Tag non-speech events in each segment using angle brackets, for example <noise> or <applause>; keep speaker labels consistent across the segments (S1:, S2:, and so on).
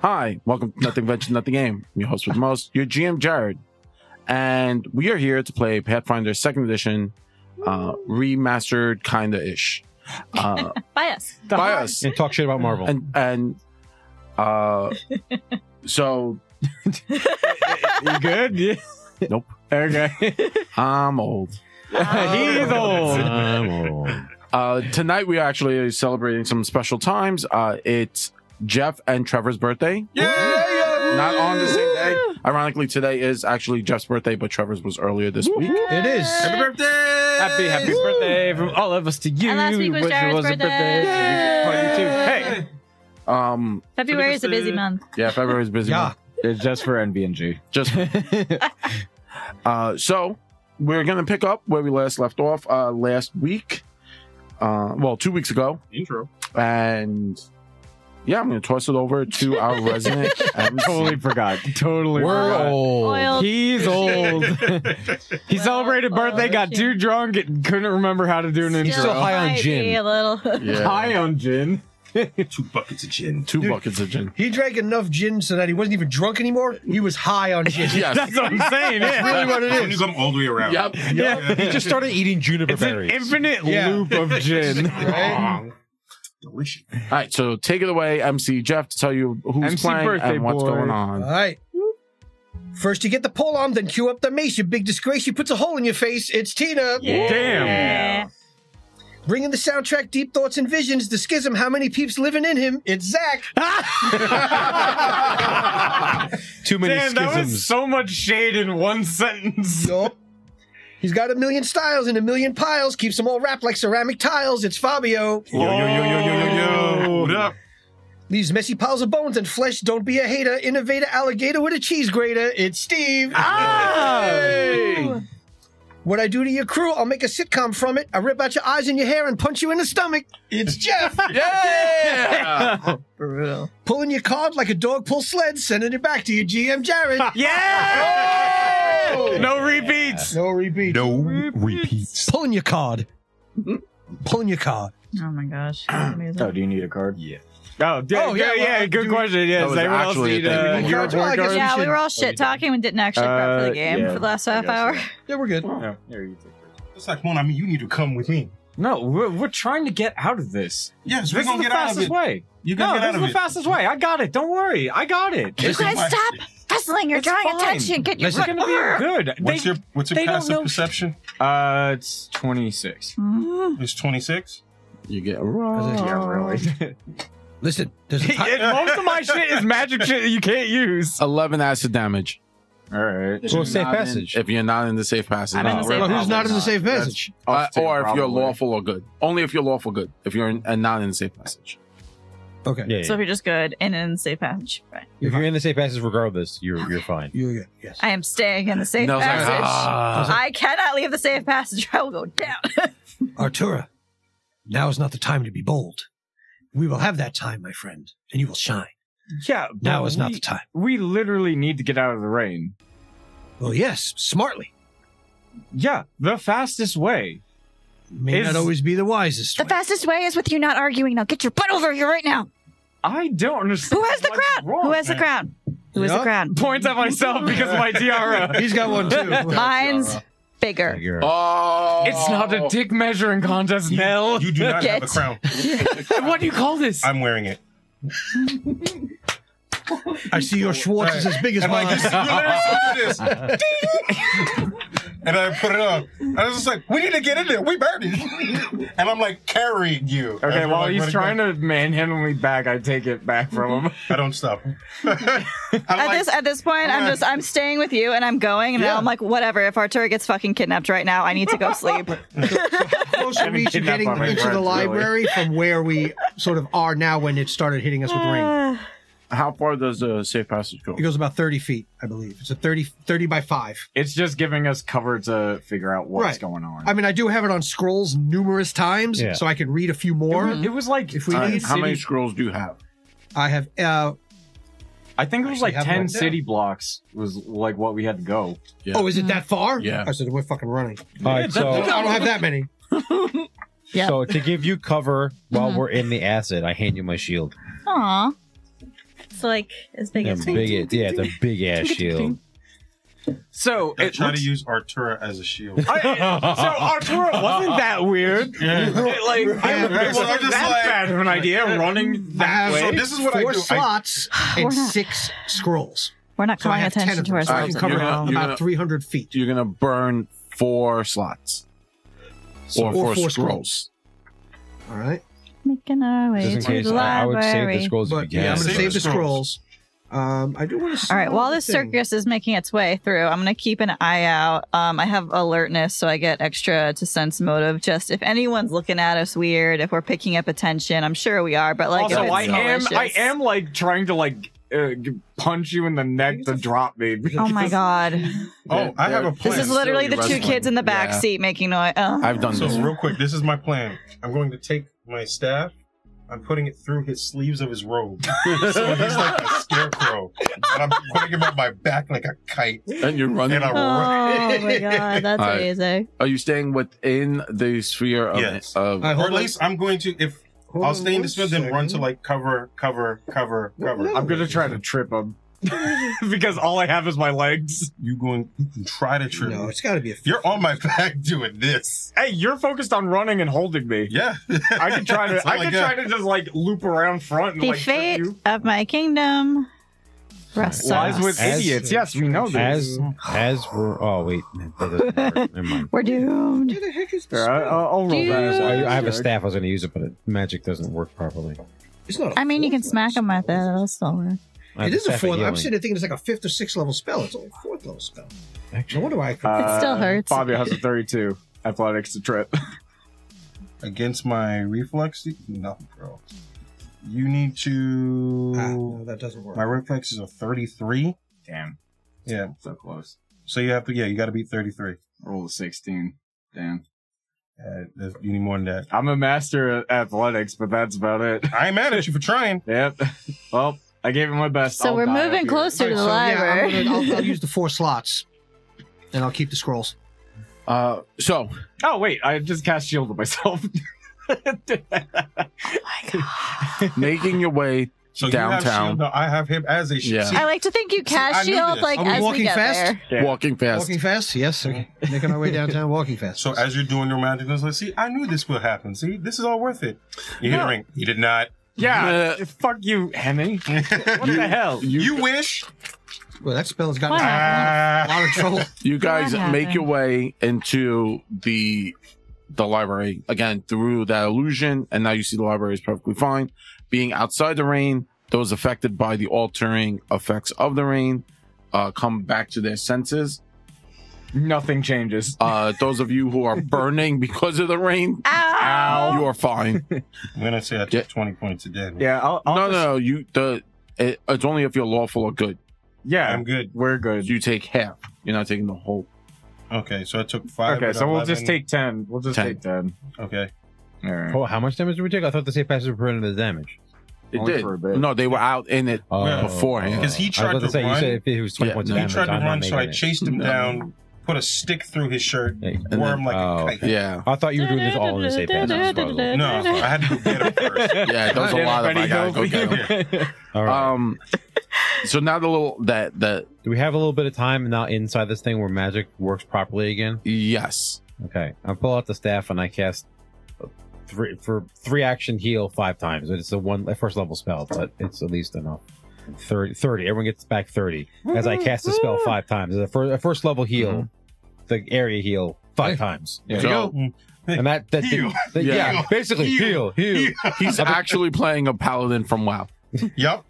S1: Hi, welcome to Nothing Venture, Nothing Game. I'm your host with the most, your GM Jared, and we are here to play Pathfinder Second Edition, uh, remastered kinda ish. Uh,
S2: By us.
S1: by us,
S3: and talk shit about Marvel.
S1: and and uh, so
S3: you good? Yeah.
S1: Nope.
S3: Okay.
S1: <laughs> I'm old.
S4: <laughs>
S3: He's old.
S1: Uh, tonight we are actually celebrating some special times. Uh, it's Jeff and Trevor's birthday.
S5: yeah.
S1: Not on the same day. Ironically, today is actually Jeff's birthday, but Trevor's was earlier this week.
S3: It is.
S5: Happy birthday!
S3: Happy, happy birthday from all of us to you.
S2: And last week was
S3: which
S2: Jared's
S3: a
S2: birthday.
S3: birthday. to you. Hey,
S1: Um,
S2: February is a busy month.
S1: yeah, February's busy.
S3: Yeah.
S1: month.
S4: It's just for NBNG.
S1: Just uh, so we're gonna pick up where we last left off uh, last week. Uh, well, two weeks ago,
S5: Intro.
S1: and yeah, I'm gonna toss it over to our resident. MC.
S4: totally <laughs> forgot.
S3: totally.
S4: We're
S3: forgot.
S4: old.
S2: Oiled.
S4: <laughs>
S3: He's old. <laughs> he
S2: Well, oh,
S3: celebrated birthday, got too
S2: ocean.
S3: drunk, and couldn't remember how to do an intro.
S4: still high on
S2: might
S4: gin.
S2: be A
S4: <laughs>
S2: little.
S1: Yeah,
S3: High on gin.
S5: <laughs>
S3: <laughs>
S5: Two buckets of gin.
S1: two buckets of gin.
S6: He drank enough gin so that he wasn't even drunk anymore. He was high
S1: <laughs>
S6: on gin.
S1: Yes.
S3: That's what
S4: <laughs>
S3: I'm saying. Yeah.
S6: Really what it
S5: When you
S6: is.
S5: come all the way around.
S1: Yep.
S3: Yeah.
S4: He just started eating juniper
S3: It's an
S4: berries.
S3: infinite
S6: Yeah.
S3: loop of gin.
S4: <laughs>
S6: Right?
S5: Delicious.
S1: All right, so take it away, MC Jeff, to tell you who's
S3: MC
S1: playing
S3: birthday
S1: and what's
S3: boy.
S1: going
S6: All
S1: on.
S6: right. First, you get the pole arm, then cue up the mace. You big disgrace. You puts a hole in your face. It's Tina.
S3: Damn.
S6: Bringing the soundtrack, deep thoughts and visions. The schism. How many peeps living in him? It's Zach.
S4: Too many
S3: Damn, that was
S4: schisms.
S3: so much shade in one sentence.
S6: Yup. He's got a million styles and a million piles. Keeps them all wrapped like ceramic tiles. It's Fabio.
S5: Yo, yo, yo, yo, yo, yo, yo.
S3: Oh.
S5: What up?
S6: Leaves messy piles of bones and flesh. Don't be a hater. Innovator alligator with a cheese grater. It's Steve.
S3: Ah!
S2: Ooh.
S6: What I do to your crew, I'll make a sitcom from it. I rip out your eyes and your hair and punch you in the stomach. It's Jeff.
S1: Yeah.
S6: For real. Pulling your card like a dog pulls sled, sending it back to your GM Jared.
S4: <laughs>
S3: Yeah! No repeats.
S6: no repeat.
S4: No repeats.
S6: Pulling your card. Pulling your card.
S2: Oh my
S4: <clears throat>
S2: gosh. Amazing.
S4: Oh, do you need a card?
S5: Yeah.
S3: Oh, yeah,
S6: Oh,
S3: yeah,
S6: yeah, well,
S3: yeah,
S6: do
S3: good
S6: we-
S3: question.
S1: That
S3: Yes,
S1: was
S3: they were all
S1: actually a
S3: seeing
S1: thing.
S3: uh,
S1: Do we
S3: your
S6: charge? Well, I
S3: report
S6: guess
S3: card.
S6: we
S2: yeah, we
S6: should-
S2: were all shit talking and didn't actually prep for
S4: Uh,
S2: the game
S4: yeah.
S2: for the last
S4: I
S2: half
S4: guess
S2: hour.
S4: so.
S6: Yeah, we're good.
S4: Yeah, here you take it.
S5: It's like, one. I mean, you need to come with me.
S4: No, we're, we're trying to get out of this.
S5: Yes, we're
S4: This is
S5: gonna
S4: the
S5: get out of
S4: fastest
S5: it.
S4: way.
S5: You're
S4: No,
S5: gonna get
S4: this
S5: out
S4: is
S5: of
S4: the
S5: it.
S4: fastest way. I got it. Don't worry. I got it.
S2: You
S5: Listen,
S2: guys
S5: why-
S2: stop hustling. You're
S4: It's
S2: drawing
S4: fine.
S2: attention. Get your
S4: It's going
S2: <laughs>
S4: to be good.
S5: What's
S4: They-
S5: your what's your
S4: they don't
S5: passive
S4: know-
S5: perception?
S4: Uh, it's 26.
S2: Mm.
S5: It's twenty six.
S1: You get wrong.
S4: Yeah, <laughs> really.
S6: Listen, there's
S4: <laughs>
S6: a time.
S3: And Most of my shit is magic shit that you can't use.
S1: Eleven acid damage.
S4: All right.
S1: If
S6: Well,
S1: you're
S6: safe
S1: not in-
S6: passage.
S1: if you're not in the safe passage,
S2: I'm in the
S1: Uh,
S2: safe
S6: well, who's
S2: Probably
S6: not in the
S2: not.
S6: safe message?
S1: uh,
S4: Us two,
S1: or if you're
S4: probably.
S1: lawful or good. Only if you're lawful good. If you're in, and not in the safe passage.
S6: Okay.
S7: Yeah.
S2: So if you're just good and in safe passage, right.
S7: If you're in the safe passage, regardless, you're you're fine.
S6: You're good. Yes.
S2: I am staying in the safe
S1: No, it's like,
S2: passage.
S1: ah.
S2: I cannot leave the safe passage. <laughs> I will go down.
S6: Artura, now is not the time to be bold. We will have that time, my friend, and you will shine.
S3: Yeah,
S6: Now is not
S3: we-
S6: the time.
S3: We literally need to get out of the rain.
S6: Well, yes, smartly.
S3: Yeah, the fastest way.
S6: May
S3: Is-
S6: not always be the wisest.
S2: The
S6: way.
S2: fastest way is with you not arguing. Now get your butt over here right now.
S3: I don't understand. <laughs>
S2: Who has the
S3: what's
S2: crown?
S3: wrong.
S2: Who has the crown? Who has the
S6: Yeah.
S2: crown?
S3: Points at myself because of my tiara.
S6: He's got
S2: <laughs>
S6: one too.
S2: Mine's bigger.
S7: You're-
S1: Oh,
S3: It's not a dick measuring contest, Nell.
S5: You do not have
S2: Get-
S5: a crown.
S3: <laughs> what do you call this?
S5: I'm wearing it.
S6: I see your Schwartz is as big as
S5: And like
S6: mine.
S5: this,
S6: <laughs>
S5: you literally said do this. Ding! and I put it up. And I was just like, we need to get in there. We burning. <laughs> and I'm like carrying you.
S3: Okay, while he's trying to manhandle me back, I take it back from
S5: <laughs>
S3: him.
S5: I don't stop. I'm
S2: At
S5: like,
S2: this at this point, I'm just I'm staying with you and I'm going and now
S6: Yeah.
S2: I'm like whatever. If Arturo gets fucking kidnapped right now, I need to go
S6: <laughs>
S2: sleep.
S6: closer reach of
S3: kidnapped
S6: getting
S3: by my
S6: into
S3: friends,
S6: the
S3: really.
S6: library from where we sort of are now when it started hitting us with rain.
S2: Ah.
S1: How far does the safe passage go?
S6: It goes about 30 feet, I believe. It's a 30, 30 by 5.
S3: It's just giving us cover to figure out what's
S6: Right.
S3: going on.
S6: I mean, I do have it on scrolls numerous times,
S7: Yeah.
S6: so I could read a few
S3: it,
S6: more.
S3: was, it was like uh,
S6: If we
S1: All right,
S3: ten
S6: need
S1: how many
S3: city-
S1: scrolls do you have?
S6: I have, uh,
S3: I think it was
S6: Actually
S3: like
S6: have
S3: ten
S6: one.
S3: city blocks was like what we had to go.
S1: Yeah.
S6: oh, is it that far?
S1: Yeah.
S6: I said, we're fucking running.
S7: All right,
S6: I
S7: so
S6: don't have that many.
S2: Yeah.
S7: so to give you cover while
S2: Mhm.
S7: we're in the acid, I hand you my shield.
S2: Aw.
S8: It's like as big
S7: A
S8: as
S7: big, yeah, it's a big
S3: <laughs>
S7: ass shield.
S4: So
S5: They're
S4: it
S5: trying
S4: looks-
S5: to use Artura as a shield.
S4: I- so Arturo wasn't
S1: <laughs>
S4: that weird. It, like I, it
S5: <laughs> right, <laughs> so
S4: wasn't
S5: I'm just
S4: that
S5: like-
S4: bad of an idea running that
S5: so
S4: way.
S5: this is what I
S6: Four
S5: do.
S2: <sighs>
S5: I,
S6: slots and
S2: We're not-
S6: six scrolls.
S2: We're not
S6: So I
S2: calling
S6: have 10
S2: attention
S6: of
S2: to
S6: them. So I
S2: ourselves.
S6: can
S2: at
S6: cover
S1: You're
S2: all.
S1: gonna- you're
S6: about
S1: gonna-
S6: 300 feet.
S1: You're gonna burn four slots or, four, scrolls.
S6: All right.
S2: Making our way
S7: Just in
S2: to
S7: case,
S2: the
S7: I, I
S2: library.
S7: would save the scrolls
S6: But
S7: if you
S6: yeah,
S7: can.
S6: I'm going to
S5: Save
S6: save
S5: the
S6: the scrolls. Um, I do want to.
S2: All right. While this circus is making its way through, I'm gonna keep an eye out. Um, I have alertness, so I get extra to sense motive. Just if anyone's looking at us weird, if we're picking up attention, I'm sure we are. But like, if
S4: also,
S2: it's
S4: I am I
S2: malicious-
S4: am like trying to like uh, g- punch you in the neck to drop me. <laughs>
S2: Oh my god!
S5: oh, I have a plan.
S2: This is literally the two kids in the back
S1: Yeah.
S2: seat making noise. Oh.
S1: I've done
S5: So
S1: this.
S5: real quick, this is my plan. I'm going to take my staff. I'm putting it through his sleeves of his robe, so he's like a scarecrow, and I'm putting him on my back like a kite.
S1: And you're running.
S5: And I
S2: Oh my
S4: <laughs>
S2: god, that's
S1: All right.
S2: amazing.
S1: Are you staying within the sphere of?
S5: Yes.
S1: of
S6: All right,
S5: or
S6: hold
S5: at
S6: on.
S5: least I'm going to. If
S6: Hold
S5: I'll
S6: on
S5: stay in
S6: one
S5: this field, then run to
S6: second.
S5: like cover, cover, cover, cover.
S4: I'm gonna try to trip him <laughs> because all I have is my legs.
S5: You going? You can try to trip.
S6: No,
S5: me.
S6: it's got to be a.
S5: You're on my <laughs> back doing this.
S4: Hey, you're focused on running and holding me.
S5: Yeah,
S4: I could try to
S5: It's not
S4: I
S5: like
S4: could
S5: a-
S4: try to just like loop around front and
S2: The
S4: like trip
S2: fate
S4: you.
S2: of my kingdom rests on
S4: lies with
S2: us.
S7: As-
S4: idiots. Yes, we know this.
S7: As as we're oh wait, that doesn't work. Never mind.
S2: We're doomed.
S6: Where the heck is
S4: Here,
S6: this?
S4: I- I'll, I'll roll
S2: Dude.
S4: that.
S7: So I, I have a
S4: Check.
S7: staff I was going to use it, but it, magic doesn't work properly.
S6: It's not. a
S2: I mean, you can
S6: fourth
S2: smack him
S6: level
S2: with it.
S6: spell.
S2: That'll still work.
S7: I have
S6: It is a
S7: staff of
S6: fourth. I'm
S7: healing.
S6: sitting there thinking it's like a fifth or sixth level spell. It's only a fourth level spell. No
S7: Actually,
S6: wonder why I
S1: <laughs>
S6: could.
S4: Uh,
S2: still hurts.
S4: Fabio has a 32 athletics to trip.
S5: against my reflex. No, bro. You need to.
S6: ah, no, that doesn't work.
S5: My reflex is a 33.
S4: Damn,
S5: Yeah.
S4: so close.
S5: So you have to, yeah, you got to beat 33.
S4: Roll a 16. Damn.
S5: Uh, that's- you need more than that.
S4: I'm a master at athletics, but that's about it.
S5: I'm mad at you for
S4: <laughs>
S5: trying.
S1: <laughs>
S4: Yep. Well, I gave it my best.
S2: So
S4: I'll
S2: we're
S4: die up
S2: moving
S4: here.
S2: closer to the
S6: All right, so, yeah, I'm
S2: library.
S6: gonna-
S2: <laughs>
S6: I'll, I'll use the four slots, and I'll keep the scrolls.
S1: uh, so
S4: Oh, wait. I just cast shield
S1: <laughs>
S4: on myself. <laughs>
S1: making your way
S5: So You have
S1: Downtown.
S5: shield, no, I have him as a shield.
S1: Yeah.
S2: <laughs>
S5: See,
S2: I like to think you
S5: I
S2: cast
S5: knew
S2: shield
S5: this.
S2: like
S6: Are we
S2: as we
S6: walking
S2: get
S6: fast?
S2: there.
S4: Yeah.
S1: walking fast.
S6: Walking fast,
S5: <laughs>
S6: yes. Okay. Making our way downtown, walking fast.
S5: so as you're doing your magic, it's like, see, I knew this will happen. See, this is all worth it. You hear
S4: No.
S5: a ring. You did not. <laughs>
S4: yeah.
S1: Uh,
S4: fuck you, Henny. What the hell?
S1: You,
S5: You wish.
S6: well, that spell has gotten
S2: Why
S6: us in a
S5: Ah.
S6: lot of trouble.
S1: you guys
S2: What
S1: make your
S2: happened?
S1: way into the the library again through that illusion, and now you see the library is perfectly fine. Being outside the rain, those affected by the altering effects of the rain uh, come back to their senses.
S4: Nothing changes.
S1: Uh, those of you who are burning because of the rain,
S2: Ow!
S1: you are fine.
S5: I'm gonna say I took
S1: Yeah.
S5: 20 points a day.
S4: Yeah. I'll, I'll
S1: No, no,
S4: just-
S1: no. You the it, it's only if you're lawful or good.
S4: Yeah.
S5: I'm good.
S4: we're good.
S1: You take half. You're not taking the whole.
S5: Okay, so I took five.
S4: Okay,
S5: but
S4: so we'll just
S5: 11
S4: take 10. We'll just
S1: 10.
S4: take 10.
S5: Okay,
S4: All right.
S7: oh, how much damage did we take? I thought the safe passes prevented the damage.
S1: It
S4: Only
S1: did.
S4: for a bit. <laughs>
S1: No, they were out in it
S7: Oh,
S1: beforehand.
S5: Because he
S7: I was
S5: tried
S7: about
S5: to
S7: say,
S5: run.
S7: You said if it was twenty
S1: Yeah,
S7: points
S1: no.
S7: of
S5: he
S7: damage,
S5: tried to
S7: I'm not
S5: run, so I
S7: making it.
S5: chased him down, put a stick through his shirt,
S7: Hey, and then-
S5: warm like
S7: oh,
S5: a kite.
S7: okay.
S1: Yeah.
S7: I thought you were doing this all in the safe passes.
S5: No, <laughs> I had to go get
S7: <laughs>
S5: him first.
S1: Yeah,
S4: <laughs>
S1: there was a lot of I gotta go get 'em. <laughs>
S7: All right.
S1: Um so now the little that that
S7: Do we have a little bit of time now inside this thing where magic works properly again?
S1: yes.
S7: Okay, I pull out the staff and I cast three for three action heal five times. It's a one a first level spell, but it's at least enough. 30, 30. Everyone gets back thirty as I cast the spell five times. A first, a first level heal, the area heal five times,
S4: Yeah.
S1: So
S7: and that that,
S5: Heal.
S7: that- yeah.
S1: Yeah.
S7: basically heal
S5: Heal.
S7: heal.
S1: he's actually playing a paladin from WoW.
S5: Yep.
S1: Yeah.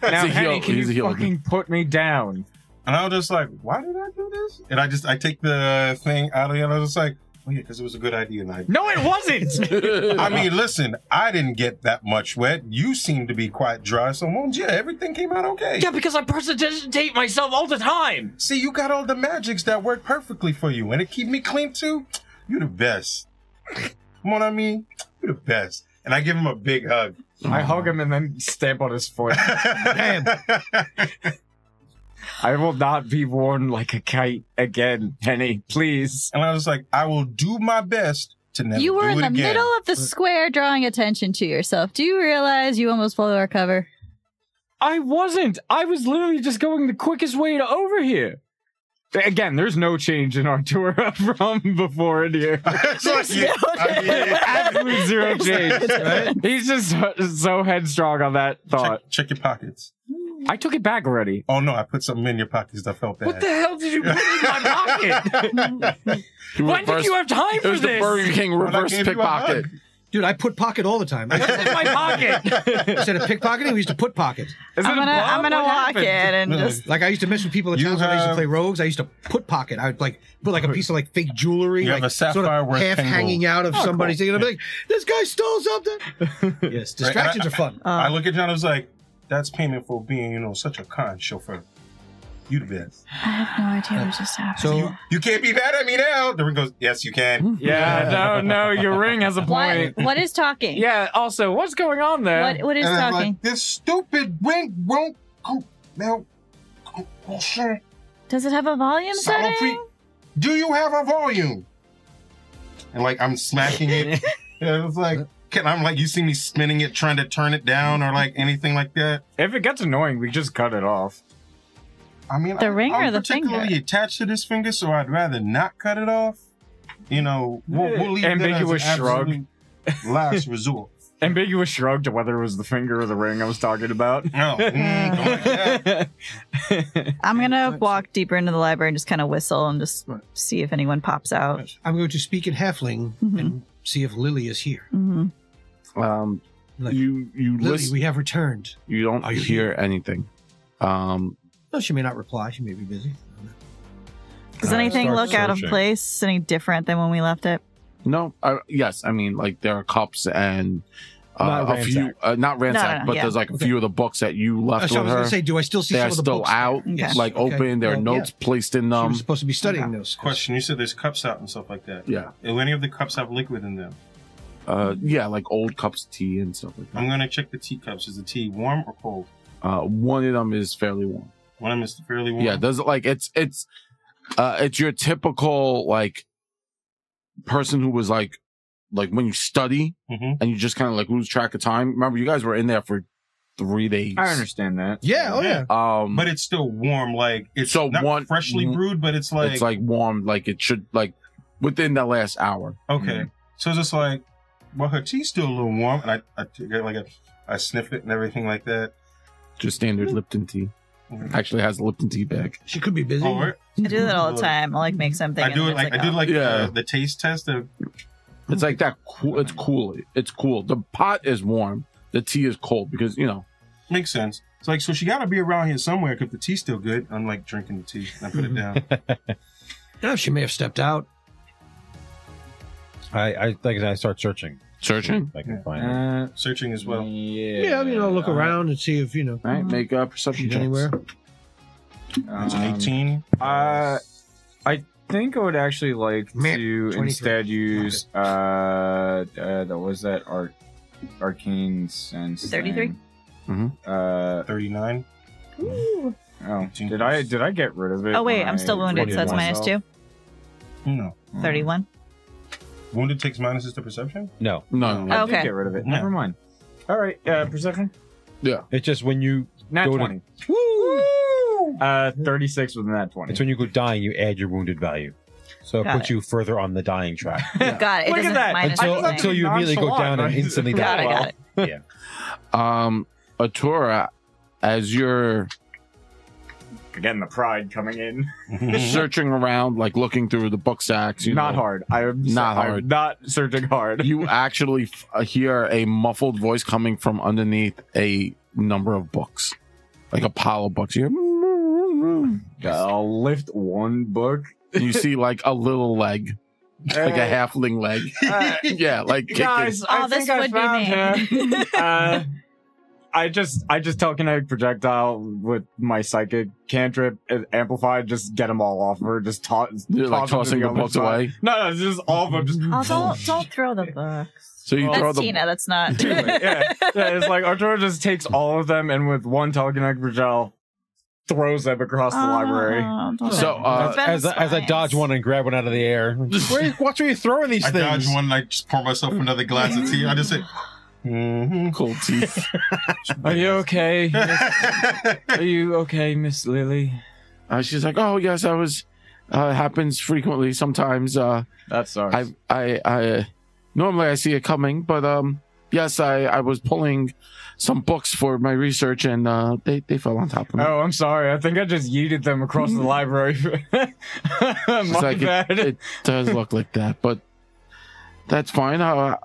S4: Now,
S1: a heel.
S4: Henny, can
S1: He's a
S4: you
S1: heel.
S4: fucking put me down?
S5: And I was just like, why did I do this? And I just, I take the thing out of it. And I was just like, oh yeah, because it was a good idea. And I,
S4: No, it
S1: <laughs>
S7: <laughs>
S4: wasn't.
S5: <laughs> I mean, listen, I didn't get that much wet. You seem to be quite dry. So, well, yeah, everything came out okay.
S4: Yeah, because I precipitate myself all the time.
S5: See, you got all the magics that work perfectly for you. And it keep me clean too. You the best. Come on, I mean, you the best. And I give him a big hug.
S4: I hug him and then stamp on his foot.
S6: Damn.
S4: I will not be worn like a kite again, Henny. Please.
S5: And I was like, I will do my best to never
S2: You were in
S5: do it
S2: the
S5: again.
S2: middle of the square drawing attention to yourself. Do you realize you almost blew our cover?
S4: I wasn't. I was literally just going the quickest way to over here. Again, there's no change <laughs> in Artura from before in <laughs> here.
S5: It's
S2: <laughs>
S5: like you- I mean,
S4: Absolute zero change.
S5: Right?
S4: He's just so- so headstrong on that thought.
S5: check, check your pockets.
S4: I took it back already.
S5: Oh no, I put something in your pockets that felt bad.
S4: What the hell did you put in <laughs> my pocket?
S1: You
S4: When did
S1: reverse-
S4: you have time
S1: It
S4: for
S1: was the Burger
S4: this?
S1: King
S5: I
S1: reverse
S5: gave you a
S1: pickpocket.
S6: Dude, I put pocket all the time.
S5: <laughs>
S4: What's in my <laughs> pocket?
S6: Instead of pickpocketing, we used to put pocket.
S2: I'm
S4: Is it a
S2: gonna, I'm
S4: bomb?
S2: gonna
S4: What
S2: walk
S4: happened?
S2: it and
S5: Really?
S2: just.
S6: Like I used to mess with people at
S5: You
S6: times when I used to
S5: have-
S6: play rogues. I used to put pocket. I would like put like a piece of like fake jewelry,
S5: You have
S6: like
S5: a sapphire worth
S6: half
S5: 10 gold.
S6: hanging out of somebody's thing, and I'd be like, "This guy stole something." yes, distractions
S5: I-
S6: are fun.
S5: I
S2: Uh,
S5: look at John. I was like, "That's payment for being, you know, such a kind chauffeur. You the best.
S2: I have no idea what just happened.
S6: So
S5: You, you can't be mad at me now." The ring goes, "Yes, you can."
S4: Yeah, no, no, your ring has a
S2: what?
S4: point.
S2: What is talking?
S4: <laughs> Yeah, also, what's going on there?
S2: What? What is
S5: And I'm
S2: talking?
S5: like, this stupid ring won't go now. oh, sure.
S2: Does it have a volume
S5: Sound
S2: setting?
S5: Do you have a volume? And like I'm
S2: <laughs>
S5: smacking it. and it was like, can I'm like you see me spinning it, trying to turn it down or like anything like that.
S4: If it gets annoying, we just cut it off.
S5: I mean,
S2: The
S5: I'm,
S2: ring
S5: I'm
S2: or the
S5: particularly
S2: finger?
S5: attached to this finger, so I'd rather not cut it off. You know, we'll, we'll leave
S4: Ambiguous
S5: that as an
S4: shrug.
S5: absolute Last resort.
S4: Ambiguous shrugged whether it was the finger or the ring I was talking
S5: <laughs>
S4: about.
S5: No, mm, don't
S4: <laughs>
S5: like that.
S2: I'm gonna walk deeper into the library and just kind of whistle and just see if anyone pops out.
S6: I'm going to speak in halfling
S2: Mm-hmm.
S6: and see if Lily is here.
S2: hmm
S1: Um,
S6: Like,
S1: you you
S6: Lily,
S1: listen.
S6: we have returned.
S1: You don't
S6: Are you
S1: hear anything. Um,
S6: No, she may not reply. She may be busy.
S2: Does
S7: Uh,
S2: anything
S7: start
S2: look out of
S7: searching.
S2: place? Any different than when we left it?
S1: no, I, yes, I mean like there are cups and uh,
S7: Not
S1: a few,
S7: ransacked.
S1: uh, not ransacked,
S2: no,
S1: but
S2: yeah.
S1: there's like a
S6: Okay.
S1: few of the books that you
S6: Uh,
S1: left
S6: so I
S1: with
S6: was going
S1: her.
S6: to say, do I still see
S1: They
S6: some
S1: are
S6: of the
S1: still
S6: books?
S1: out,
S6: Yes,
S1: like
S6: okay.
S1: open. There are
S6: Well,
S1: notes placed in
S6: yeah. She
S1: them.
S6: was supposed to be studying those.
S5: Question: You said there's cups out and stuff like that.
S1: Yeah,
S5: Do any of the cups have liquid in them?
S1: uh, yeah, like old cups, of tea, and stuff like
S5: I'm
S1: that.
S5: gonna check the teacups. Is the tea warm or cold?
S1: Uh, one of them is fairly warm.
S5: One of them is fairly warm.
S1: Yeah, there's like it's it's uh it's your typical like person who was like like when you study
S5: Mhm.
S1: and you just kind of like lose track of time. Remember, you guys were in there for three days.
S4: I understand that.
S6: Yeah, oh yeah.
S1: Um,
S5: but it's still warm. Like it's
S1: So
S5: not
S1: one- mm-hmm.
S5: freshly brewed, but it's like,
S1: it's like warm, like it should like within the last hour.
S5: okay. So it's just like, well, her tea's still a little warm, and I, I take it, like I, I sniff it and everything like that.
S1: Just standard Lipton tea. Actually, has a Lipton tea bag.
S6: She could be busy.
S5: Oh, right.
S2: I do that all the
S5: Look.
S2: time. I like make something.
S5: I
S2: and
S5: do
S2: then
S5: it
S2: it's
S5: like, I do
S2: oh.
S5: like
S1: Yeah.
S5: the, the taste test of
S1: It's like that. Cool. It's cool. It's cool. The pot is warm. The tea is cold because you know.
S5: makes sense. It's like so she got to be around here somewhere because the tea's still good. I'm like drinking the tea and I put it down. <laughs>
S6: No, she may have stepped out.
S7: I, I like I said, I start searching.
S1: Searching.
S7: If I can find it.
S4: Uh,
S5: Searching as well.
S4: yeah. Uh,
S6: Yeah, I mean, I'll look around and see if, you know,
S1: All right. Make a perception
S6: she's
S1: check.
S6: anywhere.
S5: It's an 18.
S4: Uh, I think I would actually like
S6: Meh,
S4: to
S6: 23.
S4: instead use uh, uh that was that art arcane sense
S2: 33?
S4: thing.
S5: Mm-hmm.
S1: Mhm.
S4: Uh
S5: 39.
S4: oh, did I did I get rid of it?
S2: Oh wait,
S4: when
S2: I'm still
S4: I
S2: wounded, so that's
S4: rated
S2: minus two.
S4: myself?
S5: No.
S4: Mm.
S2: Thirty-one.
S5: Wounded takes minuses to perception?
S7: No,
S1: No.
S4: I
S2: Oh.
S4: did
S2: Okay.
S4: get rid of it.
S5: Yeah.
S4: Never mind. All right, uh, perception.
S7: it's just when you
S4: Nat
S7: Go to-
S4: twenty. Uh, thirty-six with a nat twenty.
S7: it's when you go dying, you add your wounded value, so it
S2: Got
S7: puts you further on the dying track
S2: Got it. It
S4: Mm. Look at
S2: doesn't
S4: that.
S2: minus
S7: until
S2: anything.
S7: until you immediately go down and instantly
S2: Got it.
S7: die.
S2: Got it.
S1: Um, Atura, as you're
S4: Again, the pride coming in.
S5: <laughs>
S1: searching around, like looking through the book sacks, you
S4: Mm-hmm. not
S1: know,
S4: hard. <laughs> I am
S1: Not
S4: I'm
S1: hard.
S4: Not searching hard.
S1: you actually f- uh, hear a muffled voice coming from underneath a number of books, like a pile of books. You hear,
S4: Uh, I'll lift one book.
S1: you see like a little leg, like a
S4: Uh,
S1: halfling leg.
S4: uh,
S1: Yeah, like kicking.
S4: Guys, I
S2: Oh,
S4: think
S2: this
S4: I
S2: would
S4: found
S2: <laughs> be
S4: her.
S2: me.
S4: uh, I just, I just telekinetic projectile with my psychic cantrip and amplified. Just get them all off her. Just toss,
S1: You're like
S4: toss 'em to
S1: tossing the
S4: other
S1: books
S4: side.
S1: away.
S4: No, no, it's just all of them. Just
S2: Oh, don't don't throw the book.
S1: So you
S4: Well,
S1: throw
S2: That's
S1: the <laughs>
S2: Tina. That's not. <laughs>
S4: do it. <laughs> Yeah, yeah, it's like Arturo just takes all of them and with one telekinetic projectile throws them across the library.
S2: Oh, don't
S1: So,
S2: do it.
S1: uh,
S2: It's been
S7: as, I, as I
S2: spies.
S7: dodge one and grab one out of the air. Where, watch where you're throwing these
S5: I
S7: things.
S5: <gasps> dodged one and I just poured myself another glass of tea. I just said,
S2: <laughs>
S5: Mhm.
S1: Cold teeth.
S4: Are you okay? <laughs> Are you okay, Miss Lily?
S1: Uh, she's like, oh yes, I was. Uh, it happens frequently. Sometimes. Uh,
S4: That's ours.
S1: I I I normally I see it coming, but um, yes, I I was pulling some books for my research, and uh, they they fell on top of me.
S4: Oh, I'm sorry. I think I just yeeted them across the library. <laughs> My
S1: She's like,
S4: bad.
S1: It, it does look like that, but that's fine. Uh,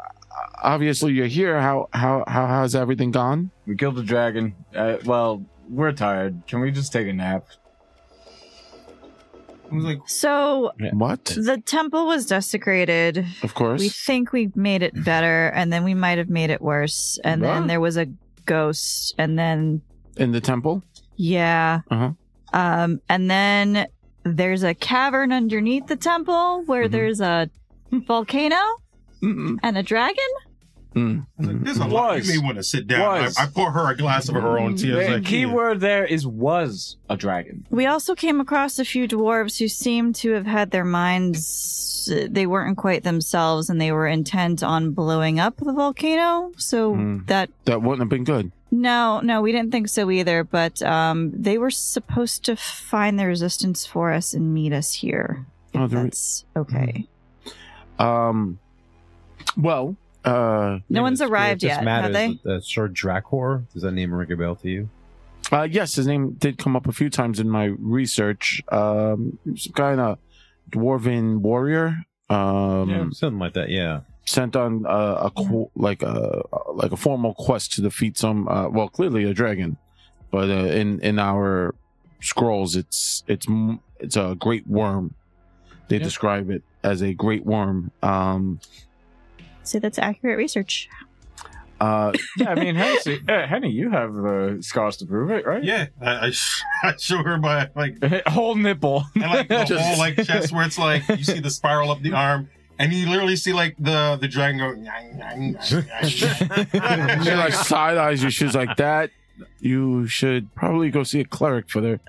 S1: obviously, you're here. How how how how's everything gone?
S4: we killed the dragon. Uh, well, we're tired. Can we just take a nap?
S5: I was like,
S2: So
S1: What?
S2: the temple was desecrated.
S1: Of course.
S2: We think we made it better, and then we might have made it worse. And
S1: Right.
S2: then there was a ghost, and then
S1: in the temple.
S2: yeah,
S1: Uh-huh.
S2: um, and then there's a cavern underneath the temple where
S1: Mhm.
S2: there's a volcano
S1: Mm-mm.
S2: and a dragon.
S1: Mm.
S5: I was like, there's a lot.
S4: Was.
S5: You may want to sit down.
S4: Was.
S5: I, I pour her a glass of her own tea. I was
S4: The
S5: like, "Hmm."
S4: key
S5: "Here."
S4: word there is was a dragon.
S2: We also came across a few dwarves who seemed to have had their minds, they weren't quite themselves and they were intent on blowing up the volcano. So
S1: Mm.
S2: that,
S1: That wouldn't have been good.
S2: no, no, we didn't think so either, but um, they were supposed to find the resistance for us and meet us here.
S1: Oh, Mm-hmm.
S2: If
S1: there-
S2: that's okay.
S1: Um. Well. Uh.
S2: No
S7: Name
S2: one's
S7: of the spirit
S2: arrived
S7: just
S2: yet, have
S7: matters.
S2: they?
S7: The, the Sir Dracor. Does that name ring a bell to you?
S1: Uh, yes, his name did come up a few times in my research. Um, some kind of dwarven warrior. Um,
S7: Yeah, something like that. Yeah.
S1: sent on uh, a qu- like a like a formal quest to defeat some. Uh, well, clearly a dragon, but uh, in in our scrolls, it's it's m- it's a great worm. They
S4: Yeah.
S1: describe it as a great worm. Um,
S2: So that's accurate research.
S1: uh,
S4: Yeah, I mean, Hennessy, <laughs> uh, Henny, you have the scars to prove it, right?
S5: Yeah, I, <laughs> I, sh- I show her my like
S4: <laughs> Whole nipple.
S5: and like the
S1: Just-
S5: whole like chest where it's like you see the spiral up the arm, and you literally see like the the dragon go. "Nyang, nyang, nyang,
S1: <laughs>
S5: nyang."
S1: she
S5: <laughs>
S1: like side eyes your shoes like that. You should probably go see a cleric for their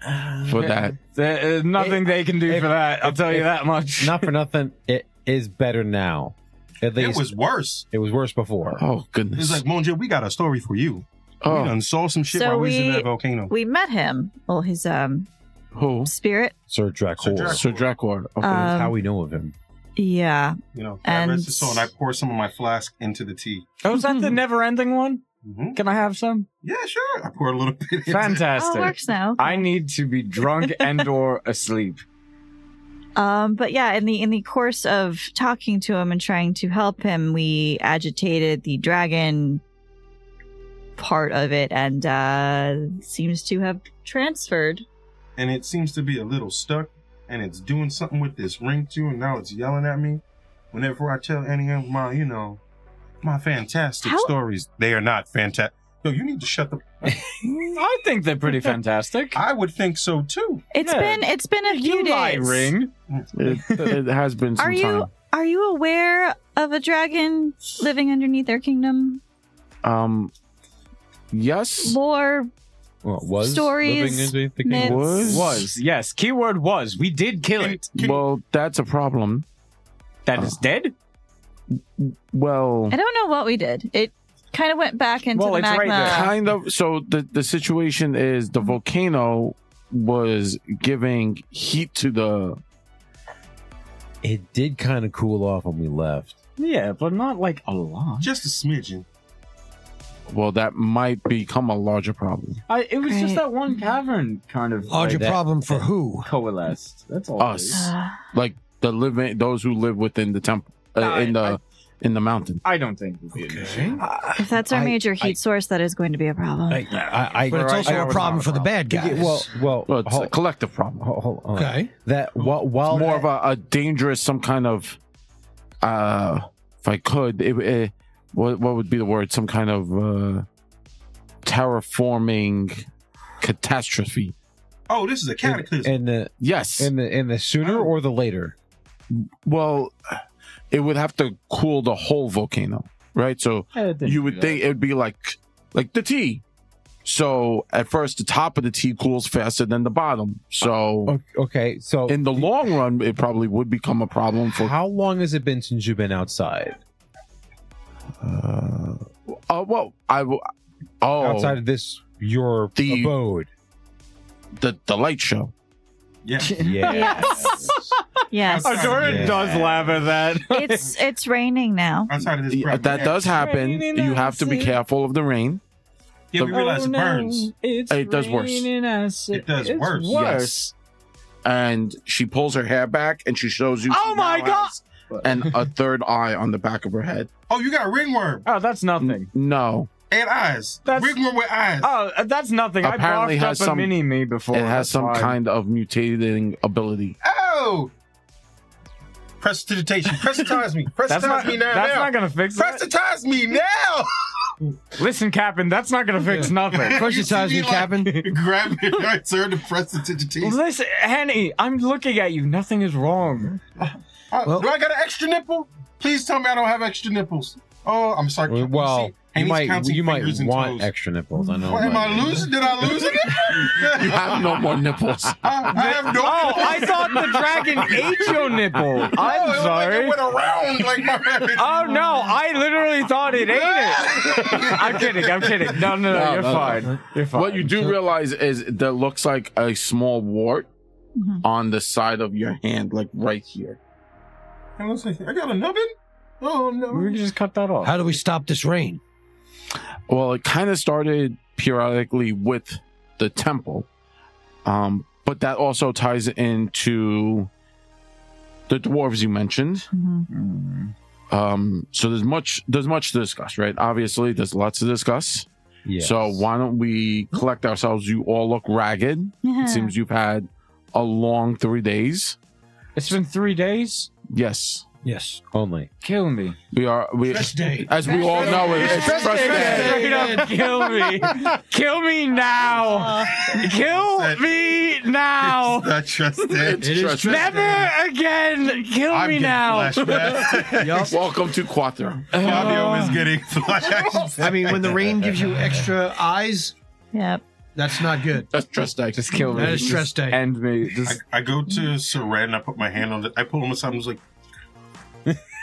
S1: for that.
S4: There is nothing they can do
S7: If-
S4: for that. I'll
S7: if-
S4: tell you
S7: if-
S4: that much.
S7: Not for <laughs> nothing. It is better now. At
S5: it
S7: least
S5: was worse.
S7: worse before.
S1: Oh
S5: It
S1: goodness!
S5: was like Monja, we got a story for you. We
S1: oh,
S5: done saw some shit
S2: So
S5: while we was in
S2: we-
S5: that volcano.
S2: We met him, well, his um,
S1: who?
S2: spirit.
S7: Sir Dracor.
S5: Sir
S1: Sir Dracor. Okay.
S2: Um,
S7: That's how we know of him.
S2: Yeah.
S5: you know,
S2: and-
S5: I rest his soul, and I pour some of my flask into the tea.
S4: Oh, is that the never-ending one?
S5: hmm
S4: Can I have some?
S5: Yeah, sure. I pour a little bit. into it.
S2: Oh, it
S4: Fantastic.
S2: works now.
S4: I need to be <laughs> drunk and/or asleep.
S2: Um, but yeah, in the in the course of talking to him and trying to help him, we agitated the dragon part of it and uh seems to have transferred.
S5: and it seems to be a little stuck and it's doing something with this ring too and now it's yelling at me whenever i tell any of my you know my fantastic
S2: How-
S5: stories they are not fantastic yo you need to shut the
S4: I think they're pretty fantastic.
S5: i would think so too
S2: It's
S4: Yeah.
S2: been it's been a few
S4: <laughs> you lie,
S2: days.
S4: ring.
S1: it, it has been some
S2: Are you
S1: time.
S2: are you aware of a dragon living underneath their kingdom?
S1: Um, yes.
S2: Lore
S7: Well, was
S2: Stories,
S7: living in the
S2: myths.
S7: kingdom?
S1: Was?
S4: Was yes. Keyword was. We did kill it.
S1: Well, that's a problem.
S4: That is dead.
S1: Well,
S2: I don't know what we did. It kind of went back into
S4: Well,
S2: the
S4: it's right
S2: magma.
S4: there.
S1: kind of. So the the situation is the volcano was giving heat to the.
S7: It did kind of cool off when we left.
S4: Yeah, but not like a lot.
S5: just a smidgen
S1: Well, that might become a larger problem.
S4: I, it was
S2: Right.
S4: just that one cavern kind of
S6: Larger
S7: that-
S6: problem for who?
S4: coalesced. That's all. it
S1: Us.
S4: is.
S2: Uh,
S1: Like the living, those who live within the temple, uh, in the
S4: I-
S1: in the mountain.
S4: I don't think we'll be an issue.
S2: <sighs> if that's our
S7: I-
S2: major heat source, that is going to be a problem.
S7: I, I, I,
S6: But it's
S4: Right,
S6: also
S4: that
S6: a
S4: was
S6: problem
S4: not a
S6: for the bad guys.
S7: well, well,
S1: Well, it's a
S7: hold,
S1: collective problem.
S7: hold, hold on.
S6: okay.
S7: That while, while
S1: more of a, a dangerous, some kind of, uh, if I could, it, it, what what would be the word? Some kind of uh, terraforming catastrophe.
S5: oh this is a
S7: in,
S5: cataclysm
S7: in the
S1: Yes.
S7: in the in the sooner or the later.
S1: well, it would have to cool the whole volcano, right? So you would think it would be like like the tea. So at first, the top of the tea cools faster than the bottom. So
S7: O- Okay, so
S1: in the long run, it probably would become a problem for
S7: how long has it been since you've been outside?
S1: uh, Oh well, I will. Oh,
S7: outside of this your
S1: The-
S7: abode.
S1: the the light show. <laughs>
S5: Yeah.
S4: <laughs>
S2: Yes. <laughs> Yes.
S4: Adora
S7: Yeah.
S4: Oh, does laugh at that.
S2: It's it's raining now.
S5: Outside of this,
S1: The-
S5: crap,
S1: that
S5: yeah.
S1: does happen.
S4: Raining
S1: You have to be
S4: outside.
S1: careful of the rain.
S5: Yeah, we
S1: the-
S5: realize
S4: Oh,
S5: it
S1: Oh,
S5: burns.
S1: It does worse.
S5: It does worse.
S1: Yes. And she pulls her hair back and she shows you.
S4: Oh
S1: she
S4: my
S1: now
S4: God.
S1: has And a third eye on the back of her head.
S5: Oh, you got ringworm
S4: Oh, that's nothing.
S1: No,
S5: and eyes.
S4: That's-
S5: ringworm with eyes.
S4: Oh, that's nothing.
S1: Apparently
S4: I
S1: has
S4: barfed up
S1: some-
S4: a mini me before.
S1: it has
S4: Oh, that's
S1: some
S4: fine.
S1: kind of mutating ability.
S5: Oh!
S4: <laughs>
S5: Prestidigitation. Prestitize me. Prestitize
S4: That's not.
S5: me now.
S4: That's
S5: now.
S4: not gonna fix it.
S5: Prestitize me now!
S4: Listen, Captain, that's not gonna fix nothing.
S5: You see
S6: Pressurize me,
S5: me like-
S6: Captain.
S5: Grab it. I turn to prestidigitation.
S4: Listen, Henny, I'm looking at you. Nothing is wrong.
S5: Uh,
S6: Well-
S5: do I got an extra nipple? Please tell me I don't have extra nipples. Oh, I'm sorry.
S7: Well,
S5: Captain. See,
S7: you
S5: and he's
S7: might
S5: counting
S7: you might
S5: fingers and
S7: want
S5: toes.
S7: extra nipples. I know.
S5: What, am
S7: but-
S5: I losing? Did I lose a
S1: You
S5: nipple?
S1: have no
S4: <laughs>
S1: more nipples.
S5: <laughs> I, I have no.
S4: Oh,
S5: <laughs>
S4: I thought the dragon ate your nipple.
S5: No, Oh, it
S4: I'm
S5: was Like it
S4: sorry.
S5: went around like my.
S4: Oh
S5: <laughs>
S4: no, I literally thought it ate it. I'm kidding. I'm kidding. No, no, no.
S1: No,
S4: you're
S1: no, no.
S4: fine. You're fine.
S1: What you do realize is there looks like a small wart
S4: Mm-hmm.
S2: Mhm.
S1: on the side of your hand, like right here.
S5: I was like, I got a nubbin? Oh
S4: We can
S5: no.
S4: just cut that off.
S6: <laughs> How do we stop this rain?
S1: Well, it kind of started periodically with the temple, um, but that also ties into the dwarves you mentioned.
S2: Mhm.
S1: Um, so there's much there's much to discuss, right? Obviously, there's lots to discuss.
S7: Yes.
S1: So why don't we collect ourselves? You all look ragged.
S2: Hmm. <laughs>
S1: It seems you've had a long three days.
S4: It's been three days.
S1: Yes,
S6: Yes.
S7: only
S4: Kill me.
S1: we are. We
S6: Fresh day.
S1: as we all know, it- it's
S5: Fresh
S1: fresh
S5: day.
S1: day.
S4: Straight up, kill me. Kill me now. Kill me now.
S5: Not trusted.
S1: It's fresh day.
S4: Never again. Kill
S5: I'm
S4: me
S5: getting
S4: now.
S6: <laughs>
S5: flashbacks.
S1: Welcome to Quattro.
S5: Fabio is getting flashbacks.
S6: I mean, when the rain gives
S4: <laughs>
S6: you extra eyes,
S2: Yep.
S6: that's not good.
S1: That's stress day.
S4: Just kill me.
S6: That is stress
S4: Just
S6: day.
S4: End me. Just
S5: I, I go
S4: Mm.
S5: to Seren. I put my hand on it. I pull him aside. I was like, <laughs>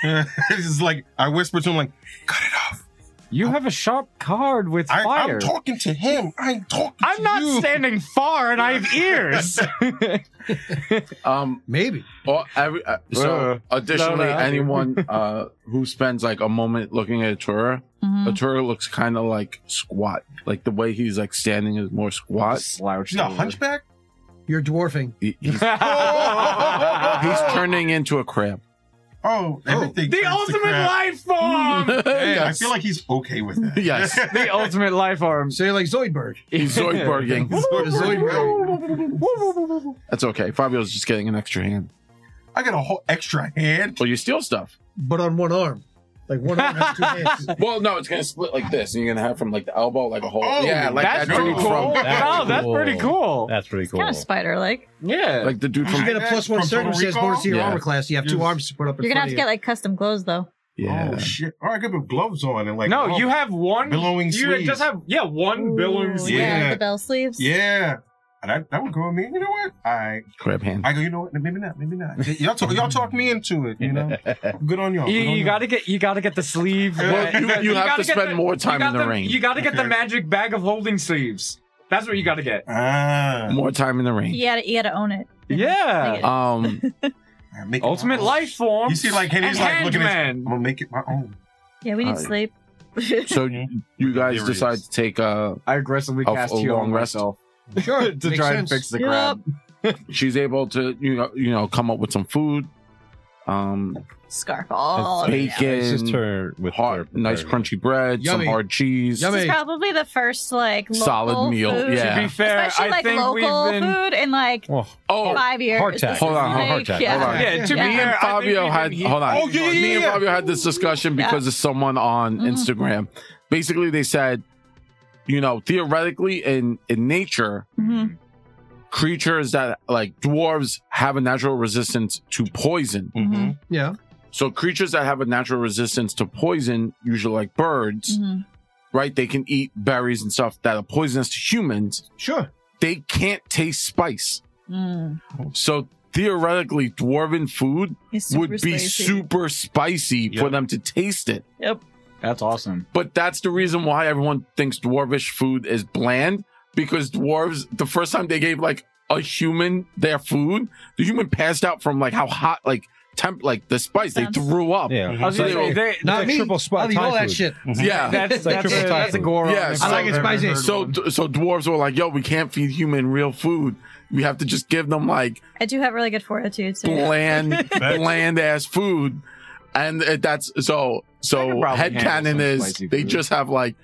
S5: it's just like I whisper to him, like, cut it off.
S4: you have a sharp card with
S5: I,
S4: fire.
S5: I'm talking to him. I ain't talking.
S4: I'm
S5: to
S4: not
S5: you.
S4: standing far, and I
S5: <laughs>
S4: have ears.
S1: Um,
S6: Maybe.
S1: Or every, uh, so additionally,
S4: no, I- <laughs>
S1: anyone uh, who spends like a moment looking at Atura,
S4: Mm-hmm.
S2: Mhm.
S1: Atura looks kind of like squat. Like the way he's like standing is more squat.
S4: Slouch.
S5: She's not
S4: <laughs>
S5: hunchback.
S6: You're dwarfing.
S1: He- He's, he's
S5: Ah.
S4: the
S1: turning into a
S5: <laughs>
S1: crab.
S5: Oh, everything. turns to
S4: ultimate
S5: crap.
S4: life form.
S5: I
S1: <laughs>
S5: feel like he's okay with that. <laughs>
S1: Yes.
S4: <laughs> the ultimate life form.
S6: So you're like Zoidberg.
S1: He's
S5: <laughs>
S1: Zoidberging.
S6: Zoidberg.
S1: That's okay. Fabio's just getting an extra hand.
S5: I got a whole extra hand.
S1: Well, you steal stuff.
S6: But on one arm. Like one
S4: <laughs>
S6: arm has two hands.
S1: Well, no, it's gonna split like this, and you're gonna have from like the elbow, like a whole.
S5: Oh,
S1: yeah, like
S4: that's
S1: that
S4: pretty
S1: dude
S4: cool.
S1: from
S4: Wow,
S7: That's
S4: that's
S7: cool.
S4: pretty cool.
S7: that's pretty cool.
S2: Kind of spider like.
S4: Yeah.
S1: like the dude
S5: <laughs>
S6: You
S1: from.
S6: get a plus one
S5: From Puerto
S6: circumstance
S5: Rico?
S6: bonus to your
S1: Yeah.
S6: armor class. You have two
S5: Yes.
S6: arms to put up in
S2: You're gonna have
S6: front
S2: to get
S6: of you.
S2: like custom clothes though.
S1: Yeah.
S5: Oh shit! All right, I could put gloves on and like.
S4: no,
S5: oh,
S4: you have one
S5: Billowing
S4: You
S5: sleeves.
S4: just have yeah one billowing
S2: Ooh,
S4: sleeve.
S5: yeah.
S2: yeah, the bell sleeves.
S5: Yeah, that that would go with me. You know what? I
S1: Crab hand.
S5: I go. You know what? Maybe not. Maybe not. Y'all talk. Y'all talk me into it. You
S7: <laughs>
S5: know. Good on y'all.
S4: You,
S5: good on
S4: you
S5: y'all.
S4: gotta get you gotta get the sleeve.
S1: Well, you- you have
S4: gotta
S1: to
S4: get
S1: spend more
S4: you
S1: time
S4: got
S1: in the rain.
S4: You gotta get the
S5: Okay.
S4: magic bag of holding sleeves. That's what you gotta get.
S5: Ah,
S1: More time in the rain.
S2: You gotta, you gotta own it.
S4: Yeah.
S2: Like
S1: Um.
S5: I'm making
S4: Ultimate
S5: my own.
S4: life form.
S5: You see, like Henry's
S4: and
S5: like looking at. I'm
S4: handman.
S5: gonna make it my own.
S2: Yeah, we need
S1: Uh,
S2: sleep.
S1: So you, you guys
S5: There it
S1: decide
S5: is.
S1: to take uh
S4: I aggressively
S1: Of
S4: cast
S1: a
S4: heal on
S1: long rest.
S4: myself
S6: Sure.
S4: <laughs> to
S6: makes
S4: try and
S6: sense.
S4: fix the crab.
S1: she's able to you know you know come up with some food. Um
S2: Scarf
S5: Oh,
S2: all.
S1: It's
S2: over.
S1: bacon.
S7: It's just her with
S1: hard,
S7: her-
S1: nice
S7: her-
S1: crunchy bread,
S6: Yummy.
S1: some hard cheese.
S2: This
S6: Yummy.
S2: is probably the first like local
S1: Solid meal,
S2: food.
S1: yeah.
S4: To be fair,
S2: especially
S4: I
S2: like
S4: think
S2: local
S4: we've been.
S2: food in like
S7: Oh,
S1: Oh
S2: five years.
S7: hardtack.
S1: Hold on,
S2: Like,
S7: hardtack.
S2: Yeah.
S1: hold on.
S4: Yeah, to
S2: Yeah.
S4: be
S1: Me
S4: fair,
S1: and
S4: Oh, I think
S1: Fabio
S4: we've
S1: had
S4: been-
S1: hold on.
S5: Oh, yeah, yeah,
S1: Me and
S5: yeah.
S1: Fabio had this discussion
S2: Yeah.
S1: because of someone on
S2: Mhm.
S1: Instagram. Basically they said, you know, theoretically in in nature,
S2: Mhm.
S1: creatures that like dwarves have a natural resistance to poison.
S4: Mm-hmm.
S2: Mhm.
S6: Yeah.
S1: So creatures that have a natural resistance to poison, usually like birds,
S2: Mhm.
S1: right? They can eat berries and stuff that are poisonous to humans.
S6: Sure.
S1: They can't taste spice.
S2: Mm.
S1: So theoretically, dwarven food
S2: It's
S1: would be
S2: spicy.
S1: super spicy for
S7: Yep.
S1: them to taste it.
S2: Yep.
S4: That's awesome.
S1: But that's the reason why everyone thinks dwarvish food is bland because dwarves, the first time they gave like a human their food, the human passed out from like how hot, like temp, like the spice, they
S2: Sounds-
S1: threw up. Yeah.
S7: Yeah.
S4: I was
S1: So
S4: gonna
S1: they-
S4: say, they,
S6: Not
S7: like
S6: me.
S7: triple spot
S6: I'll eat
S7: Thai
S6: all that
S7: food.
S6: shit.
S1: <laughs>
S4: that's,
S7: like
S4: that's,
S7: triple
S4: a,
S7: Thai
S4: that's a
S7: food.
S4: Goron.
S1: Yeah,
S4: if
S1: so-
S6: I like it
S4: I've ever
S6: spicy.
S4: heard
S1: So,
S4: one.
S1: so dwarves were like, "Yo, we can't feed human real food. We have to just give them like
S2: I do have really good fortitude. So yeah.
S1: bland, bland ass food." And it- that's so.
S4: I
S1: So
S4: could probably handle
S1: headcanon
S4: some
S1: is
S4: spicy
S1: they
S4: food.
S1: just have like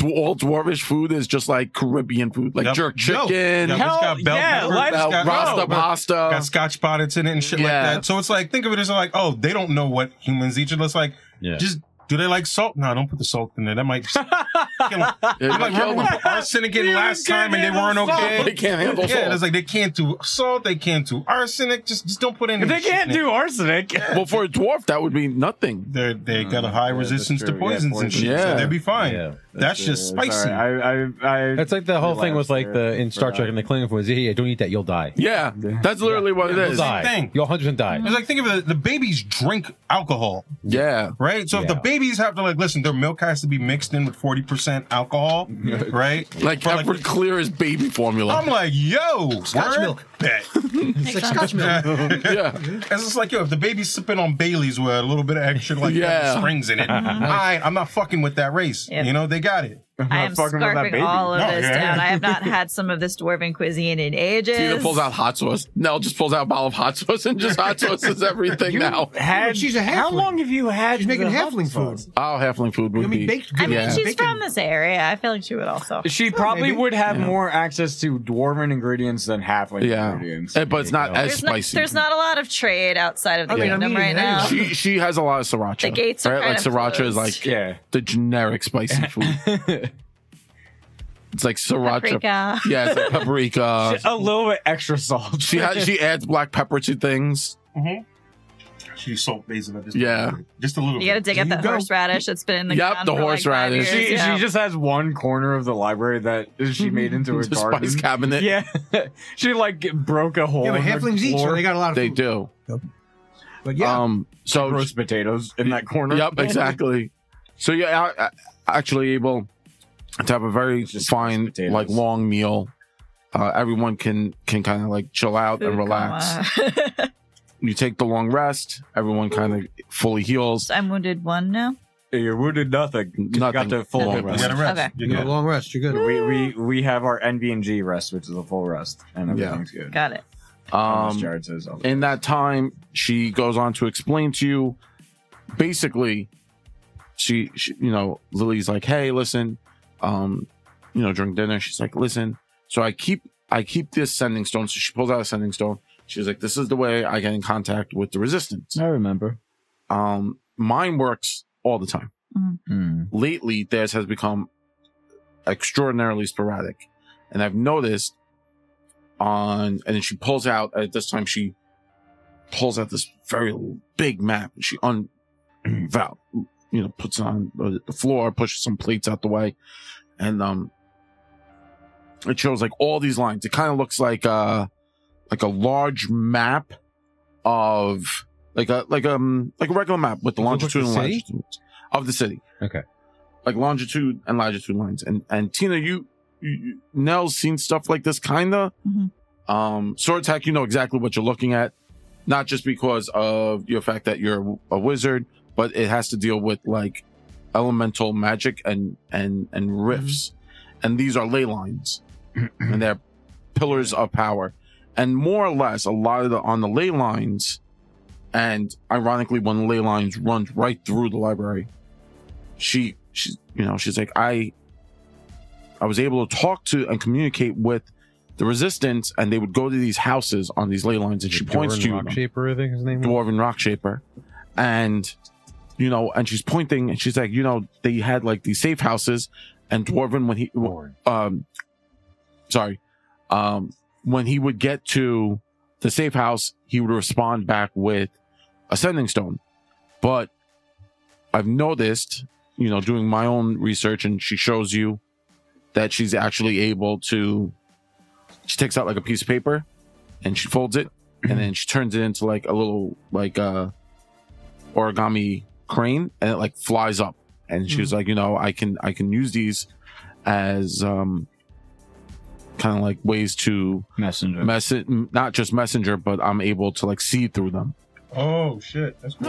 S1: dw- all dwarvish food is just like Caribbean food, like
S5: Yep.
S1: jerk
S5: Yo.
S1: chicken,
S5: Yep.
S4: Hell,
S5: It's got bell
S4: yeah,
S5: pepper,
S4: let's
S1: uh,
S5: bell-
S4: go.
S1: rasta
S5: Oh, but-
S1: pasta.
S5: got scotch bonnets in it and shit
S1: Yeah.
S5: like that. So it's like, think of it as like, oh, they don't know what humans eat. It's just like,
S7: Yeah.
S5: just do they like salt? No, don't put the salt in there. That
S4: <laughs>
S5: might just kill 'em.
S1: It-
S5: Like, remember when arsenic in
S4: You
S5: last time and they
S4: can't
S5: weren't
S4: handle
S1: <laughs> they
S5: okay?
S1: can't handle
S5: Yeah,
S1: salt.
S5: it's like they can't do salt, they can't do arsenic. Just, just don't put any.
S4: If they
S5: shit
S4: can't
S5: in it.
S4: do arsenic.
S1: well, for a dwarf, that would be nothing.
S5: They're, they got a high
S4: Yeah, that's
S5: resistance to
S4: true. Yeah,
S5: poisons and shit,
S1: poisons.
S5: so
S1: Yeah.
S5: they'd be fine.
S7: Yeah.
S5: That's just
S4: Yeah,
S5: spicy.
S4: sorry. I, I, I,
S7: That's like the whole thing
S4: Relax
S7: with like the
S4: there.
S7: in Star Trek and the Klingon was, yeah, yeah, don't eat that, you'll die.
S1: Yeah, that's literally what it
S7: You'll
S1: is.
S7: die.
S5: thing.
S7: You'll 100% die.
S5: It's like think of it, the babies drink alcohol,
S1: Yeah,
S5: right? So if
S7: Yeah.
S5: the babies have to like listen, their milk has to be mixed in with forty percent <laughs> alcohol, right?
S1: like
S5: For,
S1: Everett Clear is baby formula.
S5: I'm like, yo,
S6: Scotch
S5: word?
S6: milk.
S5: <laughs> Bet.
S6: It's like Scotch milk.
S1: yeah,
S5: It's just like, yo, if the baby's sipping on Bailey's with a little bit of extra like
S1: Yeah. <laughs>
S5: springs in it, I, I'm not fucking with that race.
S2: Yep.
S5: You know, they got it.
S2: I am
S4: fucking with that baby.
S2: scarfing all of
S5: No,
S2: this
S5: yeah.
S2: down. I have
S4: <laughs>
S2: not had some of this dwarven cuisine in ages.
S1: Tina pulls out hot sauce. Nell just pulls out a bottle of hot <laughs> sauce and just hot sauce is everything
S4: <laughs>
S1: now.
S4: Had,
S6: She's a
S4: How
S6: halfling.
S4: long have you had?
S6: She's making
S4: the hot
S6: halfling
S4: sauce?
S6: food.
S1: Oh, halfling food
S6: I
S1: would
S6: mean,
S1: be.
S6: baked.
S2: I mean,
S1: Yeah.
S2: she's
S6: bacon.
S2: from this area. I feel like she would also.
S4: She probably
S6: maybe.
S4: would have more access to dwarven ingredients than halfling
S1: Yeah.
S4: ingredients.
S1: Eh, but it's not as
S2: There's not,
S1: spicy.
S2: there's not a lot of trade outside
S4: Oh,
S2: of the
S6: I mean, I'm
S2: kingdom right
S6: eating that.
S2: now.
S1: she she has a lot of sriracha.
S2: The gates are
S1: like
S2: kind of
S1: sriracha is
S2: closed.
S1: like
S4: yeah.
S1: the generic spicy food. it's like sriracha.
S2: <laughs> Paprika.
S1: Yeah, it's like
S4: <laughs>
S1: paprika.
S4: a little bit extra salt.
S1: she has,
S4: <laughs>
S1: she adds black pepper to things.
S5: She's salt basil at this
S1: Yeah.
S5: point. Just a little
S2: You gotta
S5: bit.
S2: dig
S5: There
S2: up
S5: you
S2: that
S5: go.
S2: horseradish that's been in the
S1: Yep,
S2: ground
S1: the
S2: for like five
S1: horseradish.
S2: years,
S4: she,
S2: yeah.
S4: she just has one corner of the library that she made into
S1: <laughs>
S4: a
S1: The
S4: garden.
S1: spice cabinet.
S4: Yeah, <laughs> she like broke a hole.
S6: Yeah, but
S4: in her
S6: halflings eat, so
S4: floor.
S6: they got a lot of
S1: They
S6: food.
S1: do.
S6: But yeah,
S1: Um. So
S4: roast potatoes in that corner.
S1: Yep, exactly. So you're a- a- actually able to have a very
S4: Just
S1: fine,
S4: potatoes.
S1: like long meal. Uh, everyone can can kind of like chill out
S2: Food
S1: and relax.
S2: coma.
S1: You take the long rest. Everyone kind of fully heals.
S2: So <laughs> I'm wounded one now.
S4: You're wounded nothing. 'cause You got
S1: Nothing.
S4: the full
S1: Long
S4: good
S1: rest.
S5: You
S4: rest.
S5: gotta rest.
S2: Okay.
S5: You're
S6: you got
S5: good.
S6: a long rest.
S4: <laughs>
S6: You're good.
S4: We, we we have our NV and G rest, which is a full rest, and
S1: Yeah.
S4: everything's good.
S2: Got it.
S4: Unless
S1: Um,
S4: Jared says otherwise.
S1: in that time, she goes on to explain to you basically, she, she you know, Lily's like, hey, listen, um, you know, during dinner, she's like, listen, so I keep, I keep this sending stone. So she pulls out a sending stone. She's like, this is the way I get in contact with the resistance.
S4: I remember.
S1: Um, mine works all the time.
S4: Hmm.
S1: Lately, theirs has become extraordinarily sporadic. And I've noticed on, and then she pulls out, at this time, she pulls out this very big map and she un, <clears throat> val, you know, puts it on uh, the floor, pushes some plates out the way. And, um, it shows like all these lines. It kind of looks like, uh, like a large map of like a, like, um, like a regular map with the
S7: Does it look
S1: longitude and
S7: the city?
S1: latitude of the city
S7: Okay.
S1: like longitude and latitude lines. And and Tina, you, you, you Nell's seen stuff like this, kinda.
S2: Mhm.
S1: Um, sword attack, you know exactly what you're looking at, not just because of your fact that you're a wizard, but it has to deal with like elemental magic and and and rifts, and these are ley lines, and they're pillars of power, and more or less a lot of the on the ley lines. And ironically, one of the ley lines runs right through the library, she she's you know she's like i i was able to talk to and communicate with the resistance and they would go to these houses on these ley lines and she points to
S7: Rock
S1: them.
S7: Shaper, I think his name was.
S1: dwarven rock shaper and you know and she's pointing and she's like you know they had like these safe houses and dwarven when he um sorry um when he would get to the safe house he would respond back with ascending stone but i've noticed you know doing my own research and she shows you that she's actually able to she takes out like a piece of paper and she folds it and then she turns it into like a little like uh origami crane and it like flies up and she was like, you know, I can I can use these as um kind of like ways to
S9: Messenger.
S1: message, not just messenger, but I'm able to like see through them.
S5: Oh shit, that's cool.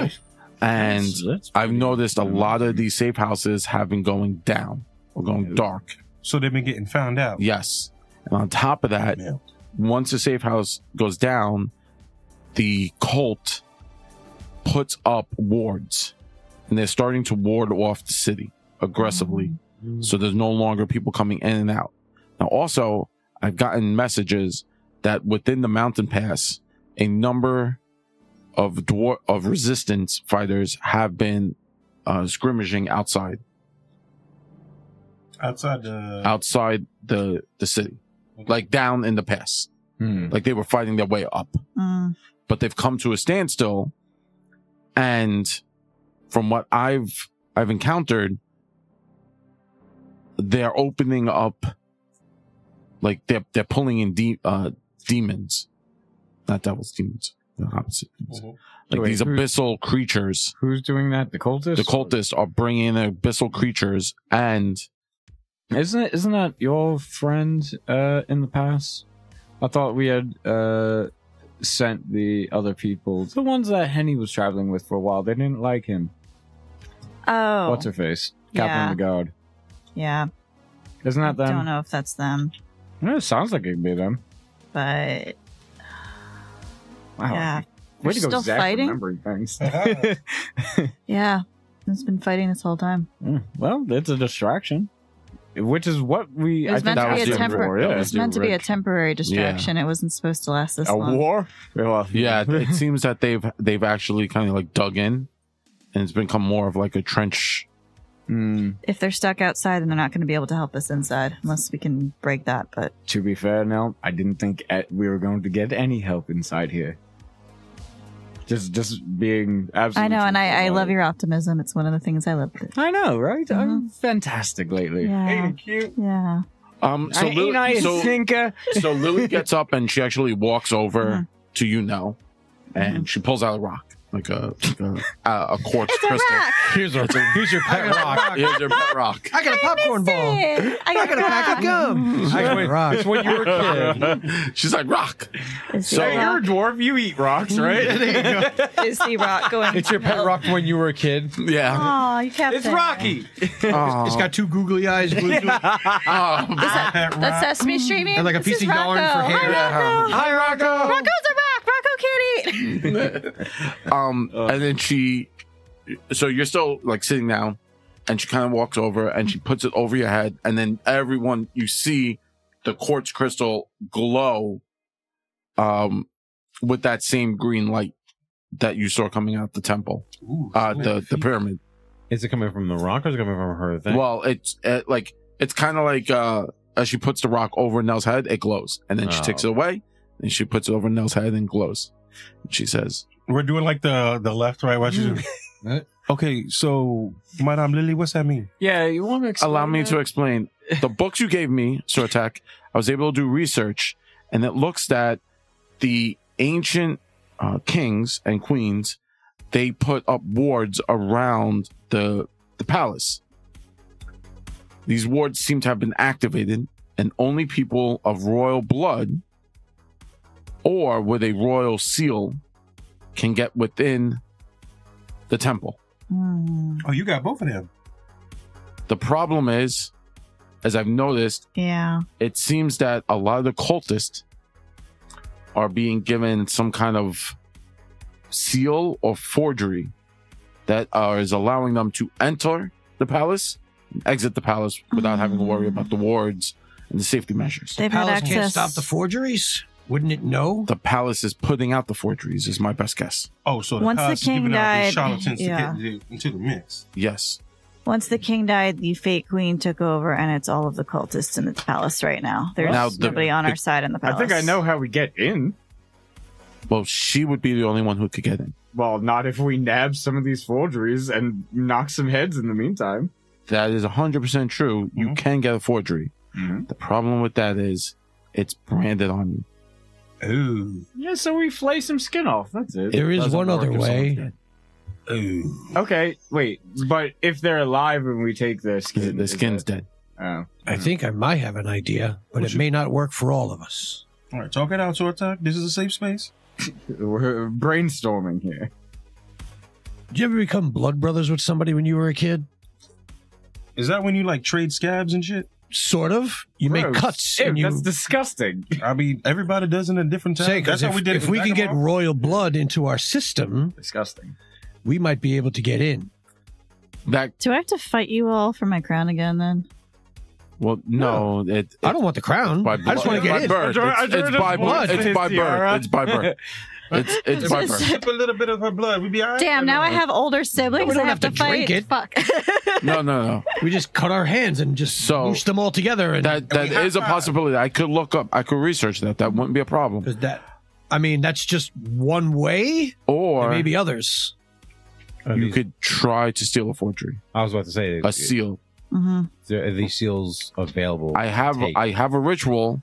S1: And
S9: That's- that's
S1: I've
S9: pretty-
S1: noticed a lot of these safe houses have been going down or going dark.
S5: So they've been getting found out.
S1: Yes. And on top of that,
S5: Yeah.
S1: once the safe house goes down, the cult puts up wards and they're starting to ward off the city aggressively. So there's no longer people coming in and out. Now, also, I've gotten messages that within the mountain pass, a number of dwar- of resistance fighters have been uh, scrimmaging outside
S5: Outside the
S1: outside the the city, like down in the pass,
S9: Hmm.
S1: like they were fighting their way up.
S2: Mm.
S1: but they've come to a standstill. And from what I've I've encountered, they're opening up, like they're they're pulling in de- uh, demons, not devils, demons, the opposite.
S5: Mhm.
S1: Like
S4: Wait,
S1: these
S4: who-
S1: abyssal creatures.
S4: Who's doing that? The cultist?
S1: The cultists are bringing in abyssal creatures, and
S4: Isn't it, isn't that your friend uh, in the past? I thought we had uh, sent the other people, the ones that Henny was traveling with for a while. They didn't like him.
S2: Oh,
S4: What's her face? Captain
S2: Yeah.
S4: of the Guard.
S2: yeah.
S4: Isn't that
S2: Don't
S4: them?
S2: know if that's them,
S4: No, it sounds like it could be them.
S2: but
S4: Wow.
S2: yeah,
S4: Way
S2: They're
S4: to go,
S2: still
S4: Zach,
S2: fighting?
S4: remembering things. <laughs>
S2: yeah. It's been fighting this whole time.
S4: Mm, well, it's a distraction, which is what we.
S2: It was
S4: I think
S2: meant to
S1: that
S2: be a
S1: was
S4: due for,
S2: temporary.
S4: yeah.
S2: It was meant to be a temporary distraction. It wasn't supposed to last this
S4: a
S2: long.
S4: war. <laughs> Well,
S1: yeah,
S4: <laughs>
S1: it seems that they've they've actually kind of like dug in, and it's become more of like a trench
S4: Hmm,
S2: If they're stuck outside, then they're not going to be able to help us inside unless we can break that. But
S4: to be fair, now I didn't think eh, we were going to get any help inside here. Just, just being absolutely.
S2: I know, and
S4: truthful
S2: I, I
S4: about
S2: love
S4: it.
S2: your optimism. It's one of the things I love.
S4: I know, right? I'm fantastic lately.
S2: Yeah,
S5: cute.
S2: yeah.
S1: Um, so,
S4: I ain't I
S1: Lily,
S4: a
S1: so,
S4: thinker.
S1: so
S4: <laughs>
S1: Lily gets up and she actually walks over
S4: Mm-hmm.
S2: Mhm.
S1: to you now, and she pulls out a rock, like a like a, a, a quartz crystal.
S7: Here's our here's your pet rock.
S1: Here's your pet rock.
S6: I got a popcorn ball.
S2: I
S6: I got a pack of gum. I got a rock.
S7: It's when you were a kid.
S1: She's like rock.
S2: Is the,
S1: So-
S4: Hey, you're a
S2: rock,
S4: dwarf. You eat rocks, right?
S2: is the rock going?
S7: It's your pet rock when you were a kid.
S1: <laughs> Yeah.
S2: Oh, you kept
S4: it's
S2: it.
S4: Rocky.
S6: It's got two googly eyes glued to
S1: Oh,
S6: it,
S2: Ah, That's Sesame Street. man.
S6: Mm. and like a
S2: This
S6: piece of
S2: is
S6: yarn for
S2: Rocco.
S6: hair.
S4: Hi, Rocco.
S2: Rocco's a rock. Rocco can't eat.
S1: um, and then she, so you're still like sitting down, and she kind of walks over and she puts it over your head, and then everyone you see the quartz crystal glow, um, with that same green light that you saw coming out the temple, uh, the the pyramid.
S7: Is it coming from the rock or is it coming from her thing?
S1: Well, it's uh like it's kind of like uh, as she puts the rock over Nell's head, it glows, and then she
S7: Oh.
S1: takes it away, and she puts it over Nell's head and glows. She says,
S5: We're doing like the the left right. Watch you
S7: Mm.
S5: okay, so Madame Lily, what's that mean?
S4: Yeah, you want to
S1: allow me to explain the books you gave me Sortek. i was able to do research and it looks that the ancient uh, kings and queens they put up wards around the the palace these wards seem to have been activated and only people of royal blood or with a royal seal can get within the temple
S2: Hmm,
S5: Oh, you got both of them.
S1: the problem is, as I've noticed,
S2: yeah.
S1: it seems that a lot of the cultists are being given some kind of seal or forgery that uh, is allowing them to enter the palace, and exit the palace without having to worry about the wards and the safety measures.
S2: They've had
S6: Palace
S2: access.
S6: can't stop the forgeries. Wouldn't it know?
S1: The palace is putting out the forgeries, is my best guess.
S5: Oh, so
S2: Once the
S5: palace is
S2: king
S5: giving out these
S2: died,
S5: charlatans
S2: yeah.
S5: to get into the- into the mix.
S1: Yes.
S2: Once the king died, the fake queen took over, and it's all of the cultists in the palace right now. There's
S1: Now the-
S2: nobody on
S1: the-
S2: our side in the
S4: I
S2: palace.
S4: think I know how we get in.
S1: Well, she would be the only one who could get in.
S4: Well, not if we nab some of these forgeries and knock some heads in the meantime.
S1: That is 100% true.
S6: Mm-hmm.
S1: You can get a forgery. The problem with that is it's branded on you.
S5: Ooh.
S4: Yeah, so we flay some skin off. That's it.
S6: There is
S1: doesn't
S6: one
S1: work
S6: other
S1: if someone's
S6: way.
S1: dead.
S4: Okay, wait, but if they're alive and we take their
S1: The,
S4: skin,
S1: the
S4: is
S1: skin's
S4: that-
S1: dead.
S4: Oh.
S6: I think I might have an idea, but it may not work for all of us.
S5: All right, talk it out, short talk. This is a safe space.
S4: We're brainstorming here.
S6: Did you ever become blood brothers with somebody when you were a kid?
S5: Is that when you like trade scabs and shit?
S6: Sort of. You make
S4: Gross.
S6: cuts
S4: Ew,
S6: and you
S4: That's disgusting.
S5: I mean, everybody does it at different
S6: say
S5: times. That's
S6: because
S5: how
S6: if,
S5: we did. it
S6: if
S5: with
S6: we can get
S5: Vagabond.
S6: royal blood into our system,
S4: Disgusting.
S6: we might be able to get in.
S1: That
S2: Do I have to fight you all for my crown again then?
S1: well, no, it,
S6: I don't want the crown.
S1: by
S6: I just want to
S1: by
S6: get in.
S1: Birth.
S4: Adora-
S1: It's, it's
S4: Adora
S1: by birth.
S4: just wants
S1: It's
S4: his
S1: by
S4: tiara.
S1: birth. It's by birth.
S4: <laughs>
S1: It's it's by
S2: Just-
S1: birth.
S5: Sip a little bit of her blood. We be all
S2: <laughs>
S5: right.
S2: Damn, now I have older siblings.
S6: We don't
S2: I
S6: have
S2: have,
S6: to
S2: fight.
S6: drink it.
S2: Fuck.
S6: <laughs>
S1: No, no, no.
S6: We just cut our hands and just
S1: So-
S6: smoosh them all together. And
S1: That that
S5: we have
S1: is a
S5: that.
S1: possibility. I could look up. I could research that. That wouldn't be a problem.
S6: 'Cause that, I mean, that's just one way. There
S1: Or
S6: may be others.
S1: Uh, you could try to steal a forgery,
S7: I was about to say,
S1: a seal.
S2: hmm
S7: are these seals available?
S1: I have
S7: Take.
S1: I have a ritual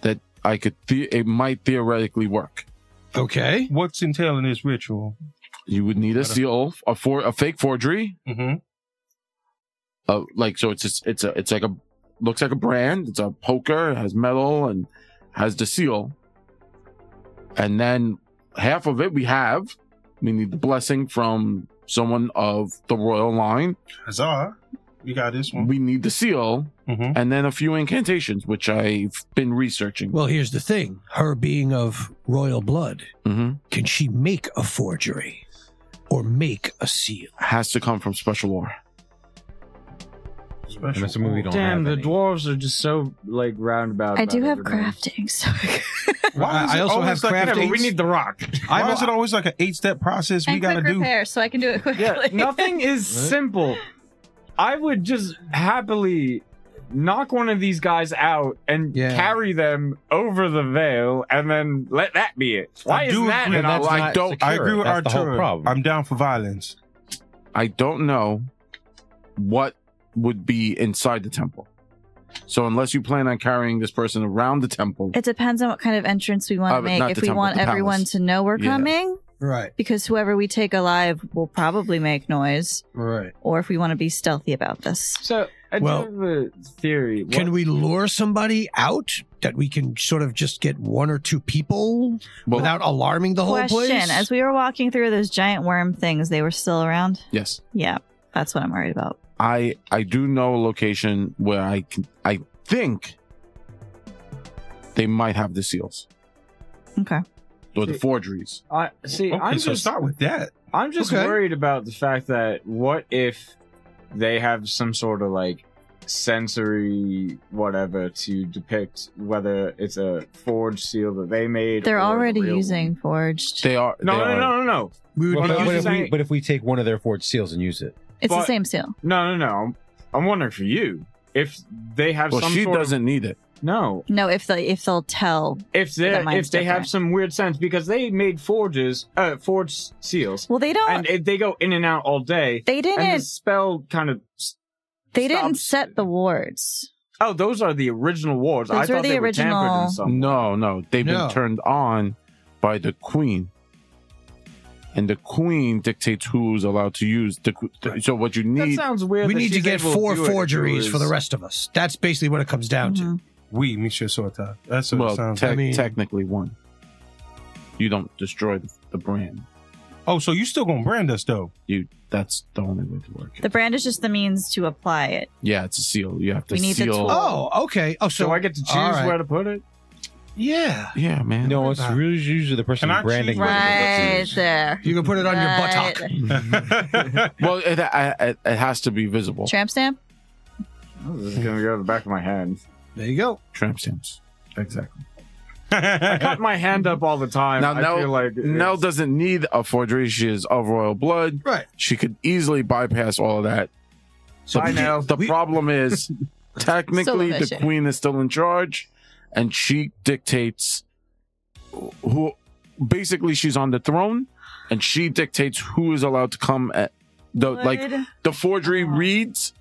S1: that I could. The- it might theoretically work.
S6: Okay.
S5: What's entailing this ritual?
S1: You would need a seal, a for a fake forgery,
S5: Mm-hmm.
S1: uh, like so it's just, it's a it's like a looks like a brand it's a poker it has metal and has the seal and then half of it we have we need the blessing from someone of the royal line
S5: Huzzah! We got this one.
S1: we need the seal
S5: Mm-hmm.
S1: and then a few incantations which i've been researching
S6: Well, here's the thing her being of royal blood,
S1: hmm
S6: can she make a forgery or make a seal?
S1: has to come from special lore
S7: I'm
S5: Special.
S7: assuming we don't
S4: Damn,
S7: have
S4: the
S7: any.
S4: dwarves are just so like roundabout.
S2: I
S4: about
S2: do have
S4: everything.
S2: crafting, so
S1: <laughs>
S5: Why is
S6: I
S5: it
S6: also
S5: always
S6: have
S5: like
S4: Yeah,
S6: crafting.
S4: but we need the <laughs> rock.
S5: Why is it always like an eight-step process we gotta do?
S2: so I can do it quickly.
S4: Yeah, nothing is simple. I would just happily knock one of these guys out and
S6: Yeah.
S4: carry them over the veil and then let that be it. Why is
S5: do
S4: that
S5: agree
S4: in
S7: that
S4: our
S7: that's
S4: life?
S7: not
S5: don't- I
S7: secure.
S5: agree with
S7: That's the whole
S5: Arturo.
S7: problem.
S5: I'm down for violence.
S1: i don't know what would be inside the temple so unless you plan on carrying this person around the temple
S2: It depends on what kind of entrance we want
S1: Uh,
S2: to
S1: but
S2: make.
S1: not
S2: If
S1: the
S2: we
S1: temple,
S2: want
S1: the
S2: everyone
S1: palace.
S2: to know we're
S1: Yeah.
S2: coming,
S6: Right,
S2: because whoever we take alive will probably make noise,
S6: right.
S2: or if we want to be stealthy about this.
S4: So I
S6: Well,
S4: do have a theory.
S6: Can
S4: What-
S6: we lure somebody out that we can sort of just get one or two people
S1: Well-
S6: without alarming the whole
S2: Question:
S6: place?
S2: As we were walking through those giant worm things, they were still around.
S1: yes
S2: Yeah, that's what I'm worried about.
S1: I I do know a location where I can I think they might have the seals
S2: Okay.
S1: or the forgeries.
S4: I see.
S5: Okay,
S4: I'm
S5: so
S4: just
S5: start with that.
S4: I'm just
S6: Okay.
S4: worried about the fact that what if they have some sort of like sensory whatever to depict whether it's a forged seal that they made.
S2: They're
S4: or the
S2: already
S4: real one.
S2: using forged.
S1: They are
S4: No,
S1: they
S4: no,
S1: are-
S4: no, no, no,
S6: we would
S7: Well,
S4: But
S7: but,
S4: I'm
S7: but if
S4: just
S7: we,
S4: saying-
S7: but if we take one of their forged seals and use it,
S2: it's the
S4: but-
S2: same seal.
S4: no, no, no. I'm wondering for you if they have
S1: Well,
S4: some
S1: she
S4: sort of-
S1: doesn't need it.
S4: no.
S2: No, if they if they'll tell.
S4: If they
S2: But mine's
S4: if they have
S2: different.
S4: some weird sense because they made forges, uh, forged seals,
S2: Well, they don't.
S4: and it, they go in and out all day.
S2: they
S4: And the
S2: didn't.
S4: spell kind of s-
S2: They didn't
S4: stops-
S2: set the wards.
S4: Oh, those are the original wards. I
S2: Those were
S4: thought
S2: the
S4: they were tampered in
S2: original-
S4: some.
S1: No, no, they've
S6: No.
S1: been turned on by the queen, and the queen dictates who's allowed to use the. qu- th- So what you
S4: That
S1: need,
S4: sounds weird.
S6: we
S4: that
S6: need to
S4: she's
S6: get
S4: able
S6: four
S4: do it if it
S6: forgeries for
S4: was-
S6: the
S4: Mm-hmm.
S6: rest of us. That's basically what it comes down to.
S2: Mhm.
S5: We, Monsieur Sorta. That's what it
S1: well,
S5: sounds
S1: te-
S6: I mean-
S1: technically one. You don't destroy the, the brand.
S5: like. Oh, so you still gonna brand us <laughs> though?
S1: You that's the only way to work. it.
S2: The brand is just the means to apply it.
S1: Yeah, it's a seal. You have to
S2: We need the
S1: seal.
S2: tool.
S6: Oh, okay. Oh, so,
S4: So I get to choose
S6: All right.
S4: where to put it.
S6: yeah,
S1: Yeah, man.
S7: no, it's
S6: Uh,
S7: really usually the person
S5: Can I
S7: branding.
S5: choose-
S7: what it is that's
S2: Right
S7: used.
S2: there.
S6: you can put it on your
S2: Right
S6: buttock.
S1: Well, it, I, it, it has to be visible.
S2: there. Tramp stamp.
S4: Oh, this is gonna go to the back of my
S6: <laughs>
S4: hand.
S6: There you go.
S1: Tramp stamps. Exactly.
S4: I cut my hand up all the time.
S1: Now,
S4: I
S1: Nell-
S4: feel like
S1: Nell
S4: it's-
S1: doesn't need a forgery. She is of royal blood.
S6: Right.
S1: She could easily bypass all of that.
S6: So
S4: Bye,
S6: we-
S4: Nell.
S1: The
S6: We-
S1: problem is, technically, the
S2: efficient.
S1: queen is still in charge, and she dictates who. Basically, she's on the throne, and she dictates who is allowed to come. At the Oh, like
S2: Would-
S1: the forgery
S2: Oh.
S1: reads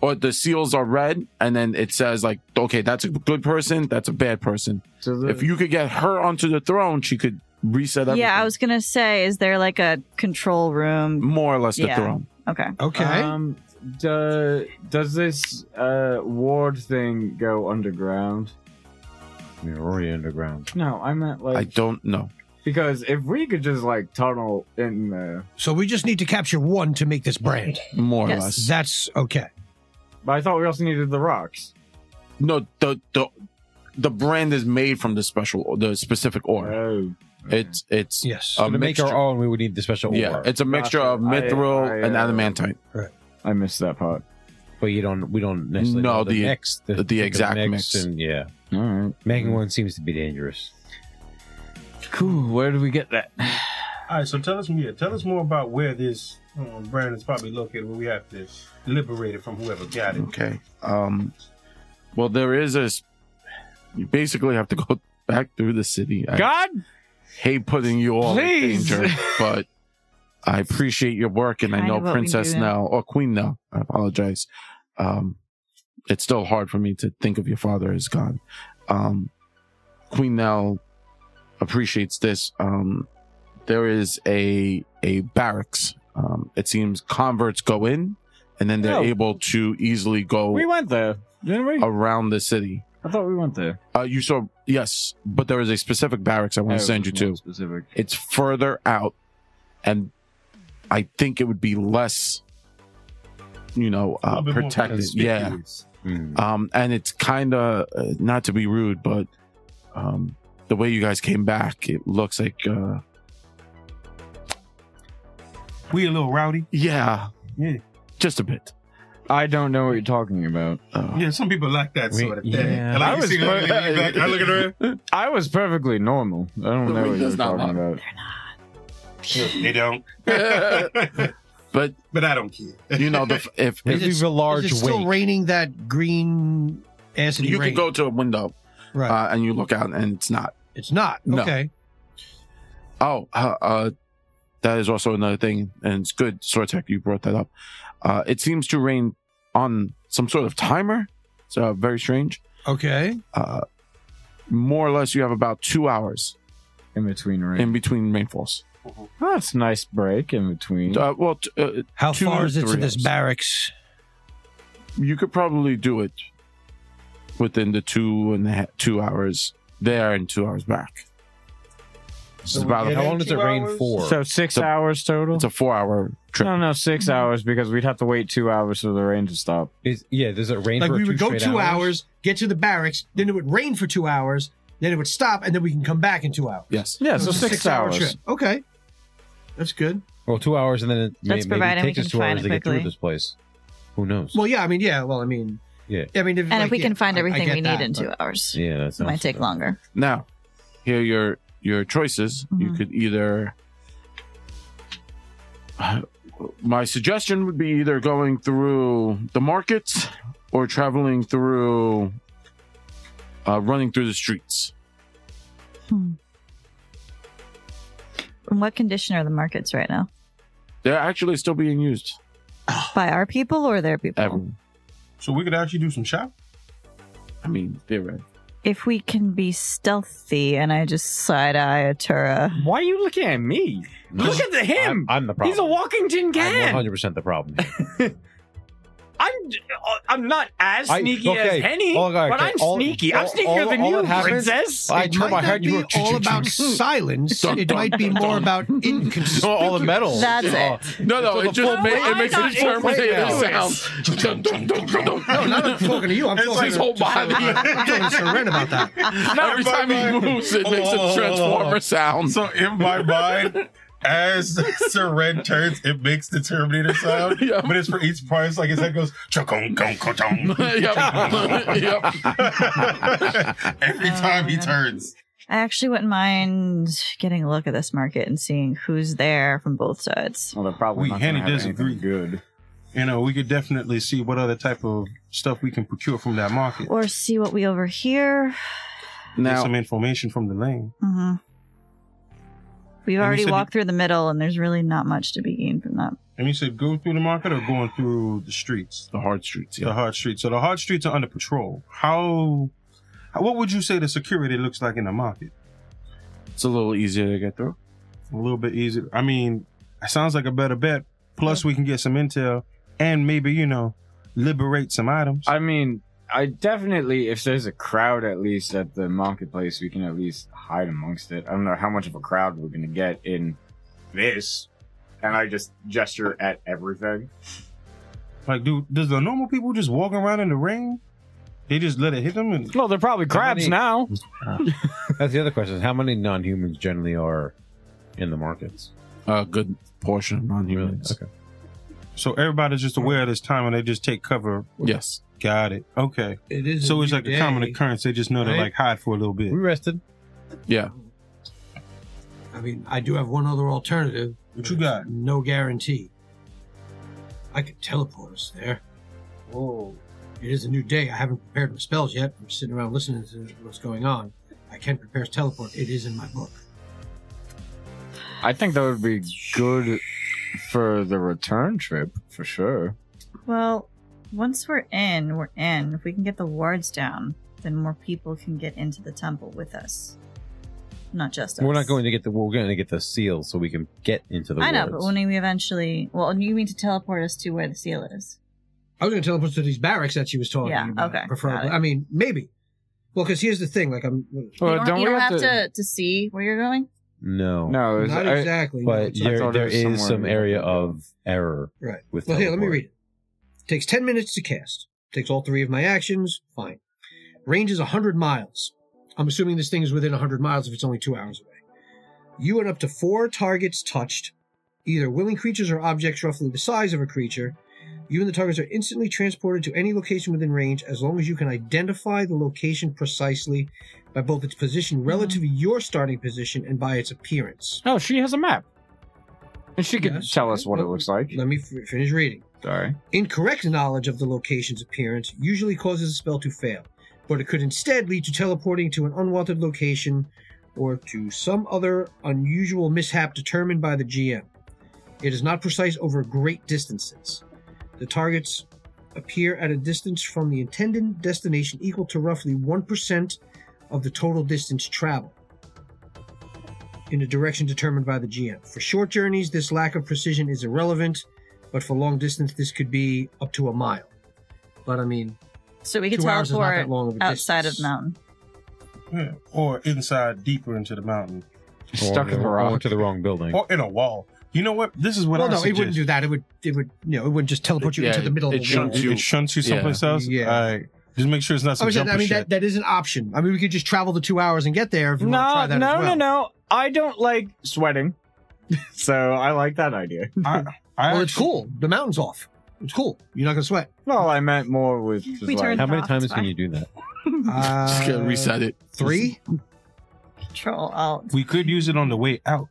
S1: or the seals are red and then it says like okay that's a good person that's a bad person
S4: So the-
S1: if you could get her onto the throne she could reset everything.
S2: Yeah, I was gonna say, is there like a control room?
S1: more or less the
S2: Yeah.
S1: throne.
S2: Okay.
S6: Okay.
S4: Um, do, does this uh, ward thing go underground?
S7: You're already underground.
S4: No, I meant like
S1: I don't know.
S4: because if we could just like tunnel in there,
S6: so we just need to capture one to make this brand.
S1: More
S2: Yes.
S1: or less.
S6: That's okay.
S4: but I thought we also needed the rocks.
S1: no, the the the brand is made from the special, the specific ore.
S4: Oh,
S1: It's it's
S6: Yes.
S1: a
S7: to make
S1: mixture.
S7: our own, we would need the special
S1: yeah,
S7: ore.
S1: it's a mixture of
S4: Gotcha. I-
S1: mithril
S4: I,
S1: and
S4: uh,
S1: adamantite.
S4: I missed that part.
S7: but you don't. We don't necessarily
S1: No,
S7: know the, Mm.
S1: the-
S7: mix,
S1: the exact mix.
S7: and yeah,
S4: All right,
S7: making one seems to be dangerous.
S4: cool. Where do we get that?
S5: All right, so tell us, yeah, tell us more about where this um, brand is probably located. Where we have to liberate it from whoever got it.
S1: Okay. Um. Well, there is a. s- You basically have to go <laughs> back through the city. I
S4: God,
S1: hate putting you all
S4: Please.
S1: in
S4: <laughs>
S1: danger, but I appreciate your work, and I
S2: Kind
S1: know
S2: of what we
S1: Princess
S2: do.
S1: now or Queen now. I apologize. Um, it's still hard for me to think of your father as gone. Um, Queen now appreciates this. Um, there is a a barracks. Um, it seems converts go in, and then they're
S4: No.
S1: able to easily go
S4: Oh.
S7: Oh.
S4: we went there, didn't we?
S1: around the city.
S4: I thought we went there.
S1: Uh, you saw yes, but there is a specific barracks I want to
S4: Oh,
S1: send you to.
S4: more Specific.
S1: It's further out, and I think it would be less, you know,
S5: A
S1: uh,
S5: little bit more
S1: protected. Yeah.
S5: conspicuous.
S7: Mm.
S1: Um, and it's kind of uh, not to be rude, but um, the way you guys came back, it looks like uh,
S5: We a little rowdy.
S1: yeah,
S5: Yeah.
S1: just a bit.
S4: I don't know what you're talking about.
S1: Uh,
S5: <laughs> Yeah, some people like that sort of
S7: We-
S5: thing.
S7: yeah.
S5: I like
S4: I
S5: you
S4: was
S5: see the lady
S4: very-
S5: leaning back, I look at her.
S4: I was perfectly normal. I don't
S1: The
S4: know
S1: ring
S4: what you're
S1: does not
S4: talking about.
S5: they don't.
S1: But-
S5: but I don't care.
S1: you know, the, if,
S6: Is
S1: if
S6: it-
S7: Leave a large
S6: Is it still
S7: wake.
S6: raining that green acid
S1: you
S6: rain?
S1: could go to a window
S6: Right.
S1: uh, and you look out, and it's not.
S6: it's not.
S1: no.
S6: Okay.
S1: Oh, uh, uh, that is also another thing, and it's good, Sortek, you brought that up. Uh, it seems to rain on some sort of timer. It's uh, very strange.
S6: Okay.
S1: Uh, more or less, you have about two hours
S4: In between rain.
S1: in between rainfalls.
S4: Oh, that's a nice break in between.
S1: Uh, well, t- uh,
S6: How
S1: Two
S6: far
S1: or
S6: is it to
S1: three
S6: this
S1: hours.
S6: barracks?
S1: you could probably do it within the two and a half, two hours there and two hours back. It's
S5: So we
S1: about
S5: did
S7: How
S1: a,
S5: it?
S7: long does it
S5: Two
S7: rain
S5: hours?
S7: for?
S4: so six
S1: So-
S4: hours total?
S1: it's a four hour trip.
S4: no, no, 6 hours because we'd have to wait two hours for the rain to stop.
S7: Is- yeah, does it rain
S6: Like
S7: for
S6: we would
S7: two
S6: go
S7: straight
S6: two hours? get to the barracks, then it would rain for two hours, then it would stop, and then we can come back in two hours.
S1: Yes.
S4: Yeah,
S6: It's
S4: so
S6: a
S4: six,
S6: six-hour
S4: hours.
S6: trip. Okay. That's good.
S7: Well, two hours, and then it may,
S2: That's
S7: maybe
S2: provided
S7: it
S2: we
S7: takes
S2: can
S7: us two
S2: find
S7: hours
S2: it
S7: to get through
S2: quickly.
S7: this place. Who knows?
S6: Well, yeah, I mean, yeah, well, I mean,
S7: Yeah.
S6: I mean, if,
S2: And
S6: like,
S2: if we can
S6: yeah,
S2: find
S6: I- I
S2: everything
S6: get
S2: we need
S6: that,
S2: in
S6: but-
S2: two hours,
S7: yeah, that
S2: it
S7: sounds
S2: might take longer.
S1: Now, here are your your choices. You
S2: Mhm.
S1: could either. My suggestion would be either going through the markets or traveling through, uh, running through the streets.
S2: In what condition are the markets right now?
S1: They're actually still being used.
S2: By our people or their people?
S1: Everyone.
S5: So we could actually do some shopping.
S1: I mean, theoretically.
S2: If we can be stealthy, and I just side eye Atura.
S4: Why are you looking at me? Look at the- him!
S7: I'm, I'm the problem.
S4: He's a walking tin
S7: I'm
S4: can.
S7: 100 percent the problem.
S4: I'm uh, I'm not as
S7: I-
S4: sneaky
S7: okay,
S4: as Henny,
S7: all right,
S4: but
S7: okay,
S4: I'm
S7: all-
S4: sneaky. I'm
S7: all-
S4: sneakier
S7: all-
S4: than
S7: all
S4: you,
S7: that happens-
S4: prioress
S7: I
S6: It
S7: turn my
S6: might
S7: head.
S6: not
S7: You
S6: be all
S7: <laughs>
S6: about silence.
S1: Dun,
S6: It
S1: dun,
S6: might be
S1: dun,
S6: more
S1: dun.
S6: about inconspicuous.
S7: all the metal.
S2: That's it.
S1: No, no,
S7: It's
S1: it
S7: on the
S1: just ma-
S7: floor.
S4: Why
S1: it makes
S4: not?
S1: a
S4: It's
S1: terminative
S4: ridiculous.
S1: sound. Dun, dun, dun, dun, dun.
S6: No,
S1: <laughs>
S6: not I'm talking to you. I'm
S1: It's
S6: talking
S1: his
S6: to
S1: whole body.
S6: <laughs> I'm talking to Seren about that.
S1: Every time he moves, it makes a transformer sound.
S5: So in my mind, as Seren turns, it makes the Terminator
S1: <laughs>
S5: sound.
S1: Yeah.
S5: But it's for each part. It's like his head goes chokong
S1: <laughs>
S5: kong kong.
S1: <laughs> yep. <laughs> yep.
S5: Every time he turns.
S2: I actually wouldn't mind getting a look at this market and seeing who's there from both sides.
S4: Well, they're probably
S5: We-
S4: not gonna
S5: Henny
S4: have
S5: disagree.
S4: anything good.
S5: You know, we could definitely see what other type of stuff we can procure from that market.
S2: Or see what we overhear.
S5: Get
S1: Now,
S5: some information from the lane.
S2: hmm We've
S5: And you
S2: already
S5: said
S2: walked through the middle, and there's really not much to be gained from that.
S5: And you said go through the market or going through the streets?
S1: the hard streets.
S5: The
S1: Yeah.
S5: hard streets. So the hard streets are under patrol. How, how- what would you say the security looks like in the market?
S1: It's a little easier to get through.
S5: a little bit easier. I mean, it sounds like a better bet. Plus, we can get some intel and maybe you know liberate some items.
S4: I mean, I definitely, if there's a crowd at least at the marketplace, we can at least hide amongst it. I don't know how much of a crowd we're gonna get in this. And I just gesture at everything.
S5: like, dude, does the normal people just walk around in the rain? They just let it hit them and
S4: Well, they're probably crabs
S7: many-
S4: now.
S7: That's the other question: is how many non-humans generally are in the markets?
S1: A good portion of non-humans.
S7: Okay.
S5: so everybody's just aware of this time and they just take cover.
S1: Yes.
S5: Got it. Okay.
S6: It is.
S5: So it's like
S6: new
S5: a common
S6: day.
S5: occurrence. They just know to
S6: right?
S5: like hide for a little bit.
S7: We rested.
S6: I mean, I do have one other alternative.
S5: What you got?
S6: No guarantee. I could teleport us there.
S5: Whoa.
S6: It is a new day. I haven't prepared my spells yet. I'm sitting around listening to what's going on. I can prepare teleport. It is in my book.
S4: I think that would be good for the return trip for sure.
S2: Well, once we're in, we're in. If we can get the wards down, then more people can get into the temple with us. Not just us.
S7: We're not going to get the. We're going to get the seal so we can get into the.
S2: I know,
S7: wards.
S2: but when we eventually, well, you mean to teleport us to where the seal is?
S6: I was going to teleport to these barracks that she was talking
S2: Yeah,
S6: about.
S2: okay.
S6: Preferably.
S2: Got it.
S6: I mean, maybe. Well, because here's the thing. Like, I'm
S2: you don't, you don't have, to... to see where you're going.
S7: no,
S4: No, it was-
S6: not
S4: I-
S6: exactly. no,
S7: but
S6: it's
S4: I
S7: there,
S4: thought
S7: there
S4: it was
S7: is some
S4: somewhere-
S7: area of error
S6: Right.
S7: with.
S6: Well, here, let me
S7: teleport.
S6: read it. Takes 10 minutes to cast. Takes all three of my actions. Fine. Range is 100 miles. I'm assuming this thing is within 100 miles if it's only two hours away. You and up to four targets touched, either willing creatures or objects roughly the size of a creature. You and the targets are instantly transported to any location within range as long as you can identify the location precisely by both its position relative to your starting position and by its appearance.
S4: Oh, she has a map. And she could
S6: Yes.
S4: tell us what it looks like.
S6: Let me f- finish reading.
S4: Sorry.
S6: Incorrect knowledge of the location's appearance usually causes a spell to fail, but it could instead lead to teleporting to an unwanted location or to some other unusual mishap determined by the GM. It is not precise over great distances. The targets appear at a distance from the intended destination equal to roughly 1% of the total distance traveled in a direction determined by the GM. For short journeys, this lack of precision is irrelevant but for long distance, this could be up to a mile. But I mean,
S2: So we could
S6: two hours is not that
S2: teleport
S6: long of a
S2: outside
S6: distance.
S2: of mountain. <laughs>
S5: Yeah. Or inside, deeper into the mountain,
S4: Stuck in the
S7: Or
S4: rock.
S7: to the wrong building.
S5: or in a wall. You know what? This is what
S6: Well,
S5: I
S6: no,
S5: suggest.
S6: it wouldn't do that. It would, it would, you know, it wouldn't just teleport you
S1: Yeah,
S6: into the middle
S1: it
S6: of the wall.
S1: shunts
S5: It,
S1: you-
S5: it shunts you someplace else.
S6: Yeah.
S5: Alright. Just make sure it's not
S6: I,
S5: some
S6: was saying,
S5: jumper
S6: I mean,
S5: shit.
S6: that, that is an option. I mean, we could just travel the two hours and get there if you want to
S4: No,
S6: try
S4: no,
S6: that as well.
S4: no, no. I don't like sweating. <laughs> so I like that idea.
S5: I
S6: Well, it's cool. The mountain's off. It's cool. You're not
S7: <laughs>
S6: gonna sweat.
S4: Well, I meant more with just
S2: We
S4: like-
S2: turned-
S7: How many
S2: Off,
S7: times
S2: it's
S7: can
S2: fine.
S7: you do that?
S6: Uh,
S1: Just gotta reset it.
S6: Three.
S2: Control alt.
S5: We could use it on the way out.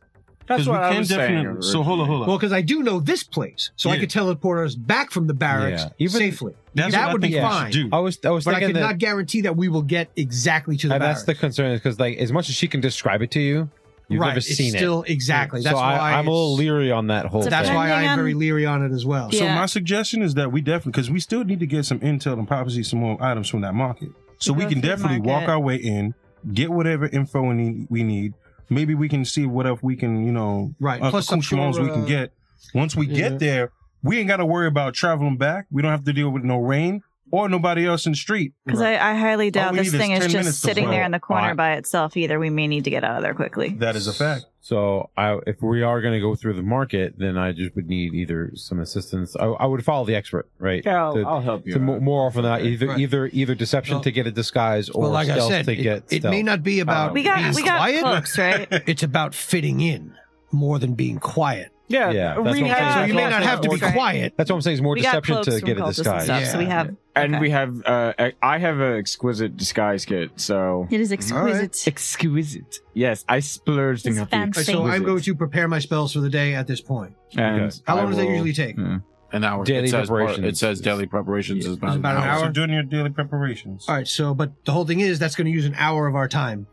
S4: That's
S5: Because we
S4: what I
S5: can
S4: was saying
S5: definitely. So hold on, hold on.
S6: Well, because I do know this place, so I
S5: Yeah.
S6: could teleport us back from the barracks
S7: Yeah. Even-
S6: safely.
S5: That's
S6: that
S5: what I
S6: would
S5: think
S6: be
S5: we should
S6: fine.
S5: do.
S7: I was, I was
S6: But I
S7: thinking
S6: could
S7: that.
S6: not guarantee that we will get exactly to the
S7: and
S6: barracks.
S7: that's the concern is because, like, as much as she can describe it to you, you've
S6: right.
S7: never
S6: it's
S7: seen it.
S6: Still exactly. That's
S7: so
S6: why
S7: I, I'm a
S6: it's-
S7: little leery on that whole.
S2: It's a
S7: thing.
S6: That's why I
S2: Depending
S6: am
S2: on-
S6: very leery on it as well.
S2: Yeah.
S5: So my suggestion is that we definitely, because we still need to get some intel and possibly some more items from that market. So
S2: To
S5: we
S2: go
S5: can
S2: through the
S5: definitely walk
S2: market.
S5: our way in, get whatever info we need. We need. Maybe we can see what else we can, you know,
S6: Right.
S5: uh,
S6: Plus, I'm
S5: accoutrements
S6: sure,
S5: we can
S6: uh,
S5: get. Once we
S6: yeah.
S5: get there, we ain't got to worry about traveling back. We don't have to deal with no rain or nobody else in the street.
S2: Because I, I highly doubt
S5: we
S2: this
S5: need is
S2: thing
S5: 10
S2: is
S5: minutes
S2: just
S5: to
S2: sitting
S5: float.
S2: there in the corner
S5: Alright.
S2: by itself either. We may need to get out of there quickly.
S5: That is a fact.
S7: So, I, if we are going to go through the market, then I just would need either some assistance. I, I would follow the expert, right?
S4: Yeah, I'll,
S7: To-
S4: I'll help you.
S7: So
S4: out.
S7: mo- more often than not, either
S6: Right.
S7: either either deception
S6: Well-
S7: to get a disguise or
S6: well, like I
S7: stealth
S6: said,
S7: to
S6: it,
S7: get
S6: it
S7: stealth.
S6: may not be about
S2: We got
S6: being
S2: we got
S6: quiet.
S2: close, right?
S6: It's about fitting in more than being quiet.
S4: yeah,
S7: Yeah, that's
S4: we
S7: what I'm
S4: have-
S2: saying.
S6: so you may not have to be
S2: Okay.
S6: quiet.
S7: That's what I'm saying. Is more
S2: we got
S7: deception
S2: cloaks
S7: to
S2: from
S7: get a
S2: cultists and
S7: disguise.
S2: stuff, so we
S6: Yeah.
S2: have.
S4: and
S2: okay.
S4: we have. Uh, ex- I have an exquisite disguise kit. So
S2: It is exquisite.
S4: exquisite. Yes, I splurged and
S2: It's
S4: got the
S2: fancy.
S4: exquisite.
S6: So I'm going to prepare my spells for the day at this point.
S4: And
S7: Okay.
S6: How
S4: I
S6: long does that
S4: will-
S6: usually
S7: Hmm.
S6: take?
S4: Mm.
S1: An hour.
S7: Daily
S1: it says, part-
S7: preparations.
S1: It says daily preparations is about,
S6: It's about
S1: an
S6: an
S1: hour.
S6: hour.
S5: So doing your daily preparations.
S6: All right. So, but the whole thing is that's going to use an hour of our time.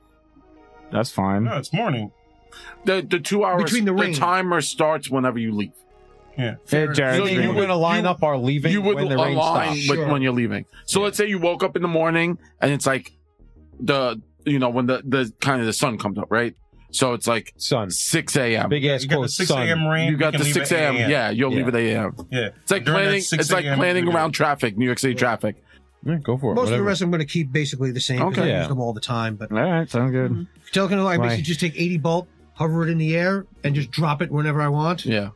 S4: That's fine.
S5: No, it's morning.
S1: The the two hours
S6: Between the rain.
S1: timer starts whenever you leave.
S4: Yeah,
S1: So
S4: Jared's
S1: you
S4: been-
S7: You're going to line
S1: you-
S7: up our leaving
S1: you would
S7: when the rain
S1: align
S7: stops.
S1: with
S6: Sure.
S1: when you're leaving. So let's say you woke up in the morning and it's like the you know when the the kind of the sun comes up, right? So it's like
S7: Sun.
S1: 6 a.m.
S7: Big ass
S5: You got the
S7: quote.
S5: 6
S7: Sun.
S5: a.m. rain.
S1: You got the 6 a.m. Yeah, you'll leave at 8 a.m.
S5: Yeah.
S1: It's like
S5: During that
S1: planning.
S5: 6
S1: It's like
S5: a.m.
S1: planning
S5: we do.
S1: around traffic, New York City traffic.
S7: Yeah, go for it.
S6: Most of the
S7: whatever.
S6: rest I'm going to keep basically the same because
S1: Okay.
S6: I
S7: Yeah.
S6: use them all the time. But
S4: All right, sounds good.
S2: Mhm.
S6: telekinetic, I
S7: Why?
S6: basically just take 80 bolt, hover it in the air, and just drop it whenever I want.
S1: Yeah.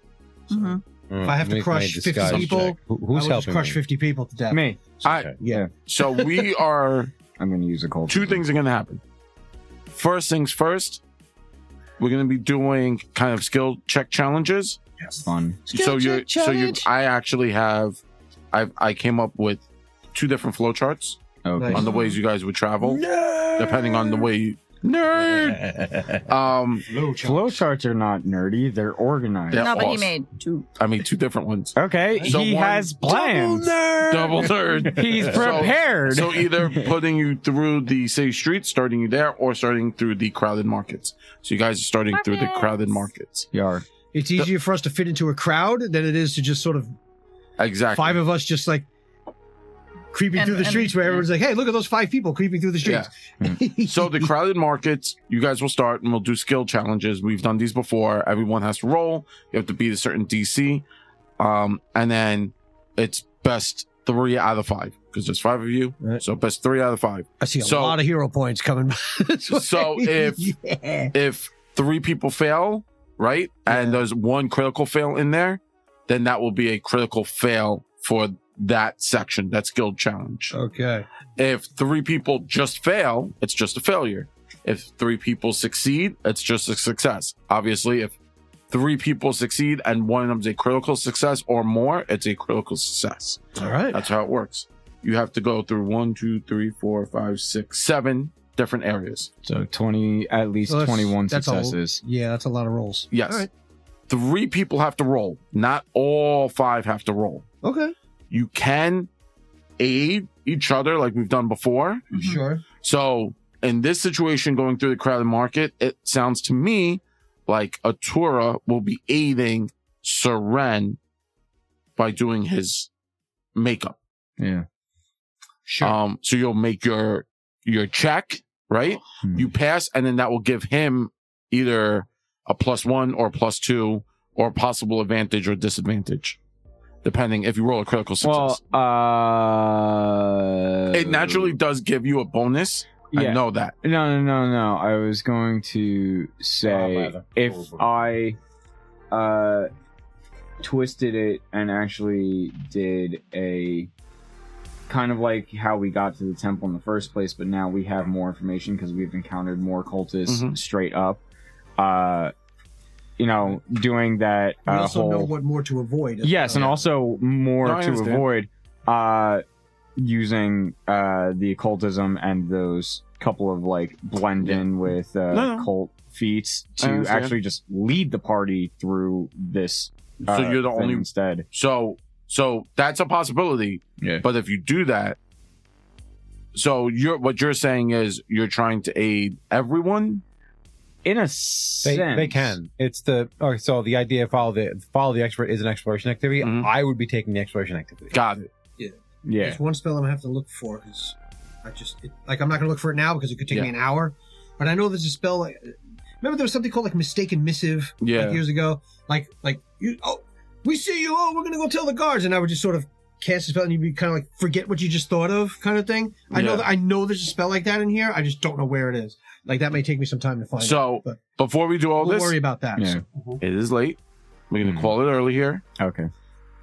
S2: Mhm.
S7: Mm,
S6: If I have to
S7: make my
S6: crush 50
S7: disguise
S6: people,
S7: check. Who-
S6: I
S7: who's
S6: will just
S7: helping?
S6: crush
S7: me?
S6: 50 people to death.
S4: Me,
S1: I
S6: Yeah.
S1: so <laughs> we are
S4: I'm gonna use a cold.
S1: two things are going to happen. First things first, we're going to be doing kind of skill check challenges.
S4: Fun.
S1: so you, so you, I actually have, I I came up with two different flow charts
S4: Okay.
S6: Nice.
S1: on the ways you guys would travel, depending on the way you nerd. <laughs>
S7: <laughs>
S1: Um,
S4: Flow charts are not nerdy; they're organized.
S1: Yeah,
S2: no, but he
S1: awesome.
S2: made two.
S1: I mean, two different ones.
S4: Okay,
S1: So
S4: he
S1: one-
S4: has plans.
S1: Double nerd.
S4: <laughs> He's prepared.
S1: So <laughs> either putting you through the city streets, starting you there, or starting through the crowded markets. So you guys are starting through the crowded markets.
S4: Yar.
S6: It's easier for us to fit into a crowd than it is to just sort of
S1: Exactly.
S6: five of us just like creeping
S2: And-
S6: through the
S2: and-
S6: streets where everyone's like, hey, look at those five people creeping through the streets.
S4: Mm.
S1: So the crowded markets, you guys will start and we'll do skill challenges. We've done these before. Everyone has to roll. You have to beat a certain DC. Um, and then it's best three out of five because there's five of you.
S6: Right.
S1: So best three out of
S6: <laughs>
S1: five.
S6: <laughs> I see a
S1: So-
S6: lot of hero points coming. <laughs> this way.
S1: So if-
S6: Yeah.
S1: If three people fail, right? And there's one critical fail in there, then that will be a critical fail for that section, that skill challenge.
S6: Okay.
S1: If three people just fail, it's just a failure. If three people succeed, it's just a success. Obviously, if three people succeed and one of them's a critical success or more, it's a critical success.
S6: All right.
S1: That's how it works. You have to go through one, two, three, four, five, six, seven different areas.
S4: So twenty, at least
S6: So that's-
S4: twenty-one
S6: that's all.
S4: successes.
S6: Yeah, that's a lot of rolls.
S1: Yes.
S6: All right.
S1: Three people have to roll. Not all five have to roll.
S6: Okay.
S2: Mm-hmm.
S1: You can aid each other like we've done before.
S6: Sure.
S1: So in this situation, going through the crowded market, it sounds to me like Atura will be aiding Seren by doing his makeup.
S4: Yeah.
S6: Sure.
S4: Uh,
S1: Um, so you'll make your your check, right?
S4: Hmm.
S1: You pass, and then that will give him either a plus one or a plus two or possible advantage or disadvantage, depending if you roll a critical success.
S4: Well, uh,
S1: it naturally does give you a bonus.
S4: Yeah.
S1: I know that.
S4: No, no, no, no. I was going to say
S7: Oh,
S4: if
S7: rather.
S4: I uh twisted it and actually did a kind of like how we got to the temple in the first place, but now we have more information because we've encountered more cultists
S1: Mhm.
S4: straight up. Uh, you know, doing that
S6: We
S4: uh,
S6: also
S4: whole
S6: know what more to avoid. as
S4: yes,
S6: well.
S4: and also more
S1: No, I
S4: to
S1: understand.
S4: avoid uh, using uh, the occultism and those couple of like blend in with uh,
S1: No, no.
S4: cult feats
S1: I
S4: to
S1: understand.
S4: actually just lead the party through this.
S1: So
S4: uh,
S1: you're the
S4: thing
S1: only
S4: instead.
S1: So so that's a possibility.
S4: Yeah.
S1: But if you do that, so you're what you're saying is you're trying to aid everyone.
S4: In a
S7: They,
S4: sense,
S7: they can. It's the okay. So the idea of follow the follow the expert is an exploration activity.
S4: Mm-hmm.
S1: Mhm.
S7: I would be taking the exploration activity.
S1: Got it.
S4: Yeah,
S6: There's one spell I'm gonna have to look for because I just it, like I'm not gonna look for it now because it could take me an hour. But I know there's a spell. Like, remember there was something called like mistaken missive
S1: Yeah.
S6: like, years ago. Like like you oh we see you oh we're gonna go tell the guards and I would just sort of cast a spell and you'd be kind of like forget what you just thought of kind of thing. I know
S1: Yeah.
S6: that I know there's a spell like that in here. I just don't know where it is. Like that may take me some time to find.
S1: So
S6: but-
S1: before we do all
S6: Don't
S1: this,
S6: worry about that. Mm-hmm.
S4: Yeah.
S1: it is late. We're gonna
S4: Mhm.
S1: call it early here.
S4: okay.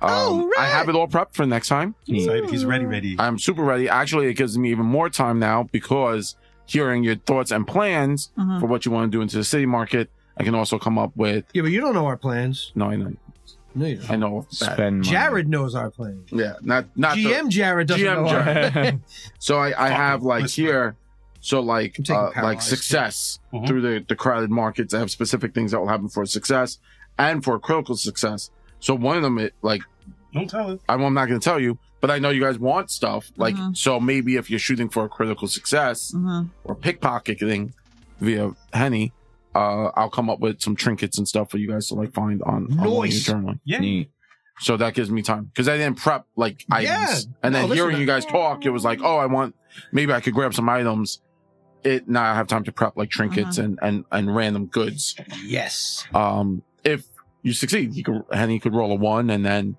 S1: Um,
S6: All
S1: I have it all prepped for next time.
S9: Excited. He's ready, ready.
S1: I'm super ready. Actually, it gives me even more time now because hearing your thoughts and plans
S2: Mhm.
S1: for what you want to do into the city market, I can also come up with.
S6: Yeah, but you don't know our plans.
S1: No, I know.
S6: No, you don't.
S1: I know. That.
S4: Spend money.
S6: Jared knows our plans.
S1: Yeah, not not the-
S6: GM Jared doesn't
S1: GM
S6: know. our-
S1: Jared. So I, I
S9: Fucking
S1: have like
S9: whisper.
S1: here, so like
S6: I'm taking
S1: uh, like
S6: paralyzed,
S1: success
S9: yeah. Mhm.
S1: through the, the crowded markets. I have specific things that will happen for success and for critical success. So one of them, it, like
S9: Don't tell us.
S1: I'm I'm not going to tell you, but I know you guys want stuff. Like
S6: Mm-hmm.
S2: Mhm.
S1: so, maybe if you're shooting for a critical success
S2: Mhm.
S1: or pickpocketing via Henny, uh, I'll come up with some trinkets and stuff for you guys to like find on on your
S6: Nice.
S1: journaling.
S9: Yeah.
S4: Neat.
S1: So that gives me time because I didn't prep like
S6: Yeah.
S1: items, and
S6: No,
S1: then
S6: listen
S1: hearing
S6: to-
S1: you guys talk, it was like, oh, I want maybe I could grab some items it now I have time to prep like trinkets
S6: Uh-huh.
S1: and, and and random goods.
S6: <laughs> Yes.
S1: Um, if you succeed, he could and he could roll a one, and then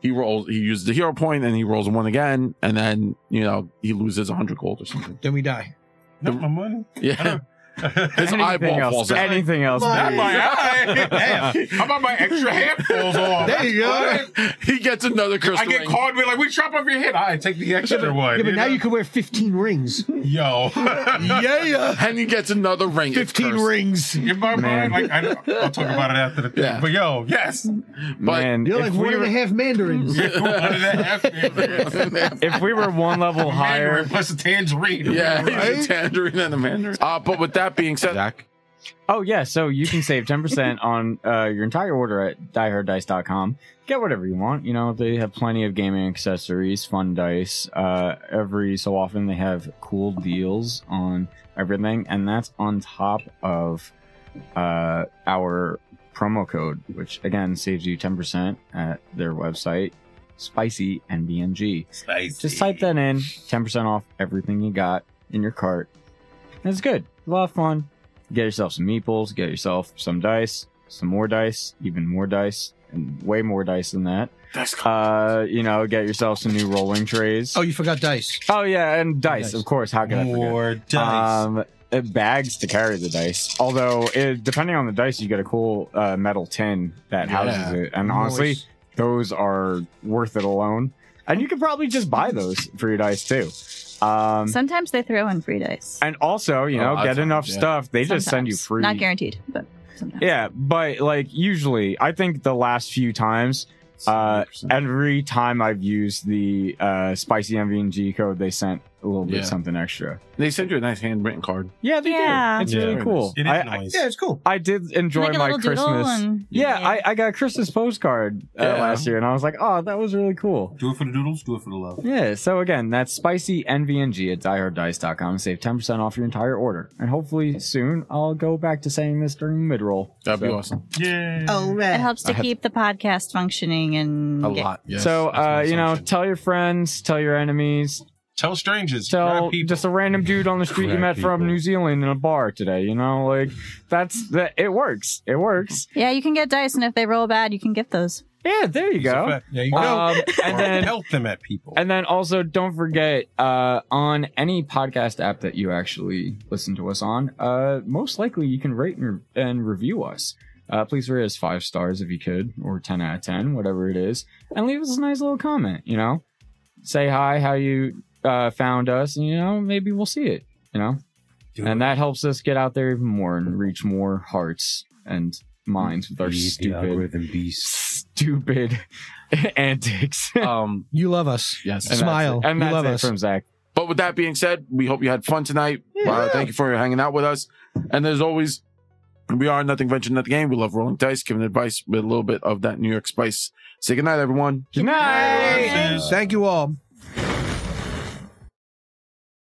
S1: he rolls. He uses the hero point, and he rolls a one again, and then you know he loses a hundred gold or
S6: <laughs>
S1: something.
S6: Then we die.
S5: Not my money.
S1: Yeah, <laughs> his eyeball
S4: else,
S1: falls out.
S4: Anything else?
S6: Not
S4: please.
S6: my
S5: Damn.
S1: How about my extra hand falls off?
S6: There you go.
S1: He gets another crystal.
S5: I get
S1: ring.
S5: called. We're like, we chop off your head. I take the extra one.
S6: Yeah, but now you can wear 15 rings.
S5: yo,
S6: yeah.
S1: Henny gets another ring. It's
S6: 15
S1: cursed.
S6: rings.
S5: in my
S4: Man.
S5: mind, like I, I'll talk about it after the thing.
S1: Yeah.
S5: But yo, yes,
S1: But <laughs>
S4: Man,
S6: You're
S4: if
S6: like one
S4: we
S6: and
S4: were,
S6: a half mandarins.
S5: What did
S1: <laughs>
S5: that happen?
S4: if we were one level higher,
S5: Mandarin plus a tangerine.
S1: yeah, <laughs> he's a
S5: Right?
S1: tangerine and a mandarin. Uh, but with that being said,
S7: Zach.
S4: Oh yeah, so you can save ten percent on uh, your entire order at dieherdice.com. Get whatever you want. You know they have plenty of gaming accessories, fun dice. Uh, every so often they have cool deals on everything, and that's on top of uh, our promo code, which again saves you ten percent at their website, spicy nbng. Just type that in, 10% off everything you got in your cart. And it's good. A lot of fun. Get yourself some meeples, get yourself some dice, some more dice, even more dice, and way more dice than that. Uh, you know, get yourself some new rolling trays.
S6: Oh, you forgot dice.
S4: Oh, yeah, and dice,
S6: Dice.
S4: of course. How could I forget?
S9: More dice.
S4: Um, uh, bags to carry the dice. Although, it, depending on the dice, you get a cool uh, metal tin that houses it. And honestly,
S6: Nice.
S4: those are worth it alone. And you could probably just buy those for your dice too. Um,
S2: Sometimes they throw in free dice.
S4: and also, you
S1: A
S4: know,
S1: lot of
S4: get
S1: times,
S4: enough
S1: yeah.
S4: stuff. They just send you
S2: Sometimes.
S4: free.
S2: Not guaranteed, but sometimes.
S4: Yeah, but like usually, I think the last few times, uh, every time I've used the uh, spicy MVNG code, they sent a little bit
S1: Yeah.
S4: something extra.
S1: they send you a nice handwritten card.
S4: Yeah, they
S2: Yeah.
S4: do. It's
S7: Yeah.
S4: really
S7: Very
S4: cool.
S5: It is
S4: I, I-
S5: nice.
S6: Yeah, it's cool.
S4: I did enjoy
S2: Make a
S4: my
S2: little doodle
S4: Christmas.
S2: and-
S4: yeah, I, I got a Christmas postcard uh,
S1: Yeah.
S4: last year, and I was like, oh, that was really cool.
S9: Do it for the doodles. Do it for the love.
S4: Yeah, so again, that's spicy NVNG at dieharddice.com. Save 10% off your entire order. And hopefully soon I'll go back to saying this during mid roll.
S1: That'd be awesome.
S5: Yeah.
S4: Mm.
S6: Oh, man.
S2: It helps to
S1: I had-
S2: keep the podcast functioning and
S1: A
S2: get-
S1: lot. Yes,
S4: so,
S1: that's my
S4: uh, you know,
S1: assumption.
S4: tell your friends, tell your enemies,
S5: Tell strangers.
S4: tell
S5: grab people.
S4: just a random dude on the street you
S7: Grab
S4: met from
S7: people.
S4: New Zealand in a bar today. You know, like that's that it works. It works.
S2: Yeah, you can get dice, and if they roll bad, you can get those.
S4: Yeah, there you go.
S5: Yeah, you know,
S4: Um, and then
S5: help them at people.
S4: And then also, don't forget uh, on any podcast app that you actually listen to us on, uh, most likely you can rate and, and review us. Uh, please rate us five stars if you could, or 10 out of 10, whatever it is, and leave us a nice little comment, you know? Say hi, how you uh, found us, and, you know, maybe we'll see it, you know?
S9: Do
S4: and that helps us get out there even more and reach more hearts and minds with our
S7: Beat the
S4: stupid,
S7: algorithm beast.
S4: stupid <laughs> antics. <laughs>
S1: um,
S6: You love us.
S1: yes.
S4: And that's
S6: Smile.
S4: it. And
S6: You
S4: that's
S6: love
S4: it
S6: us.
S4: from Zach.
S1: <laughs> But with that being said, we hope you had fun tonight. Uh, thank you for hanging out with us. And as always, we are Nothing Venture, Nothing Game. We love rolling dice, giving advice with a little bit of that New York spice. Say goodnight, everyone.
S4: Good night.
S6: Thank you all.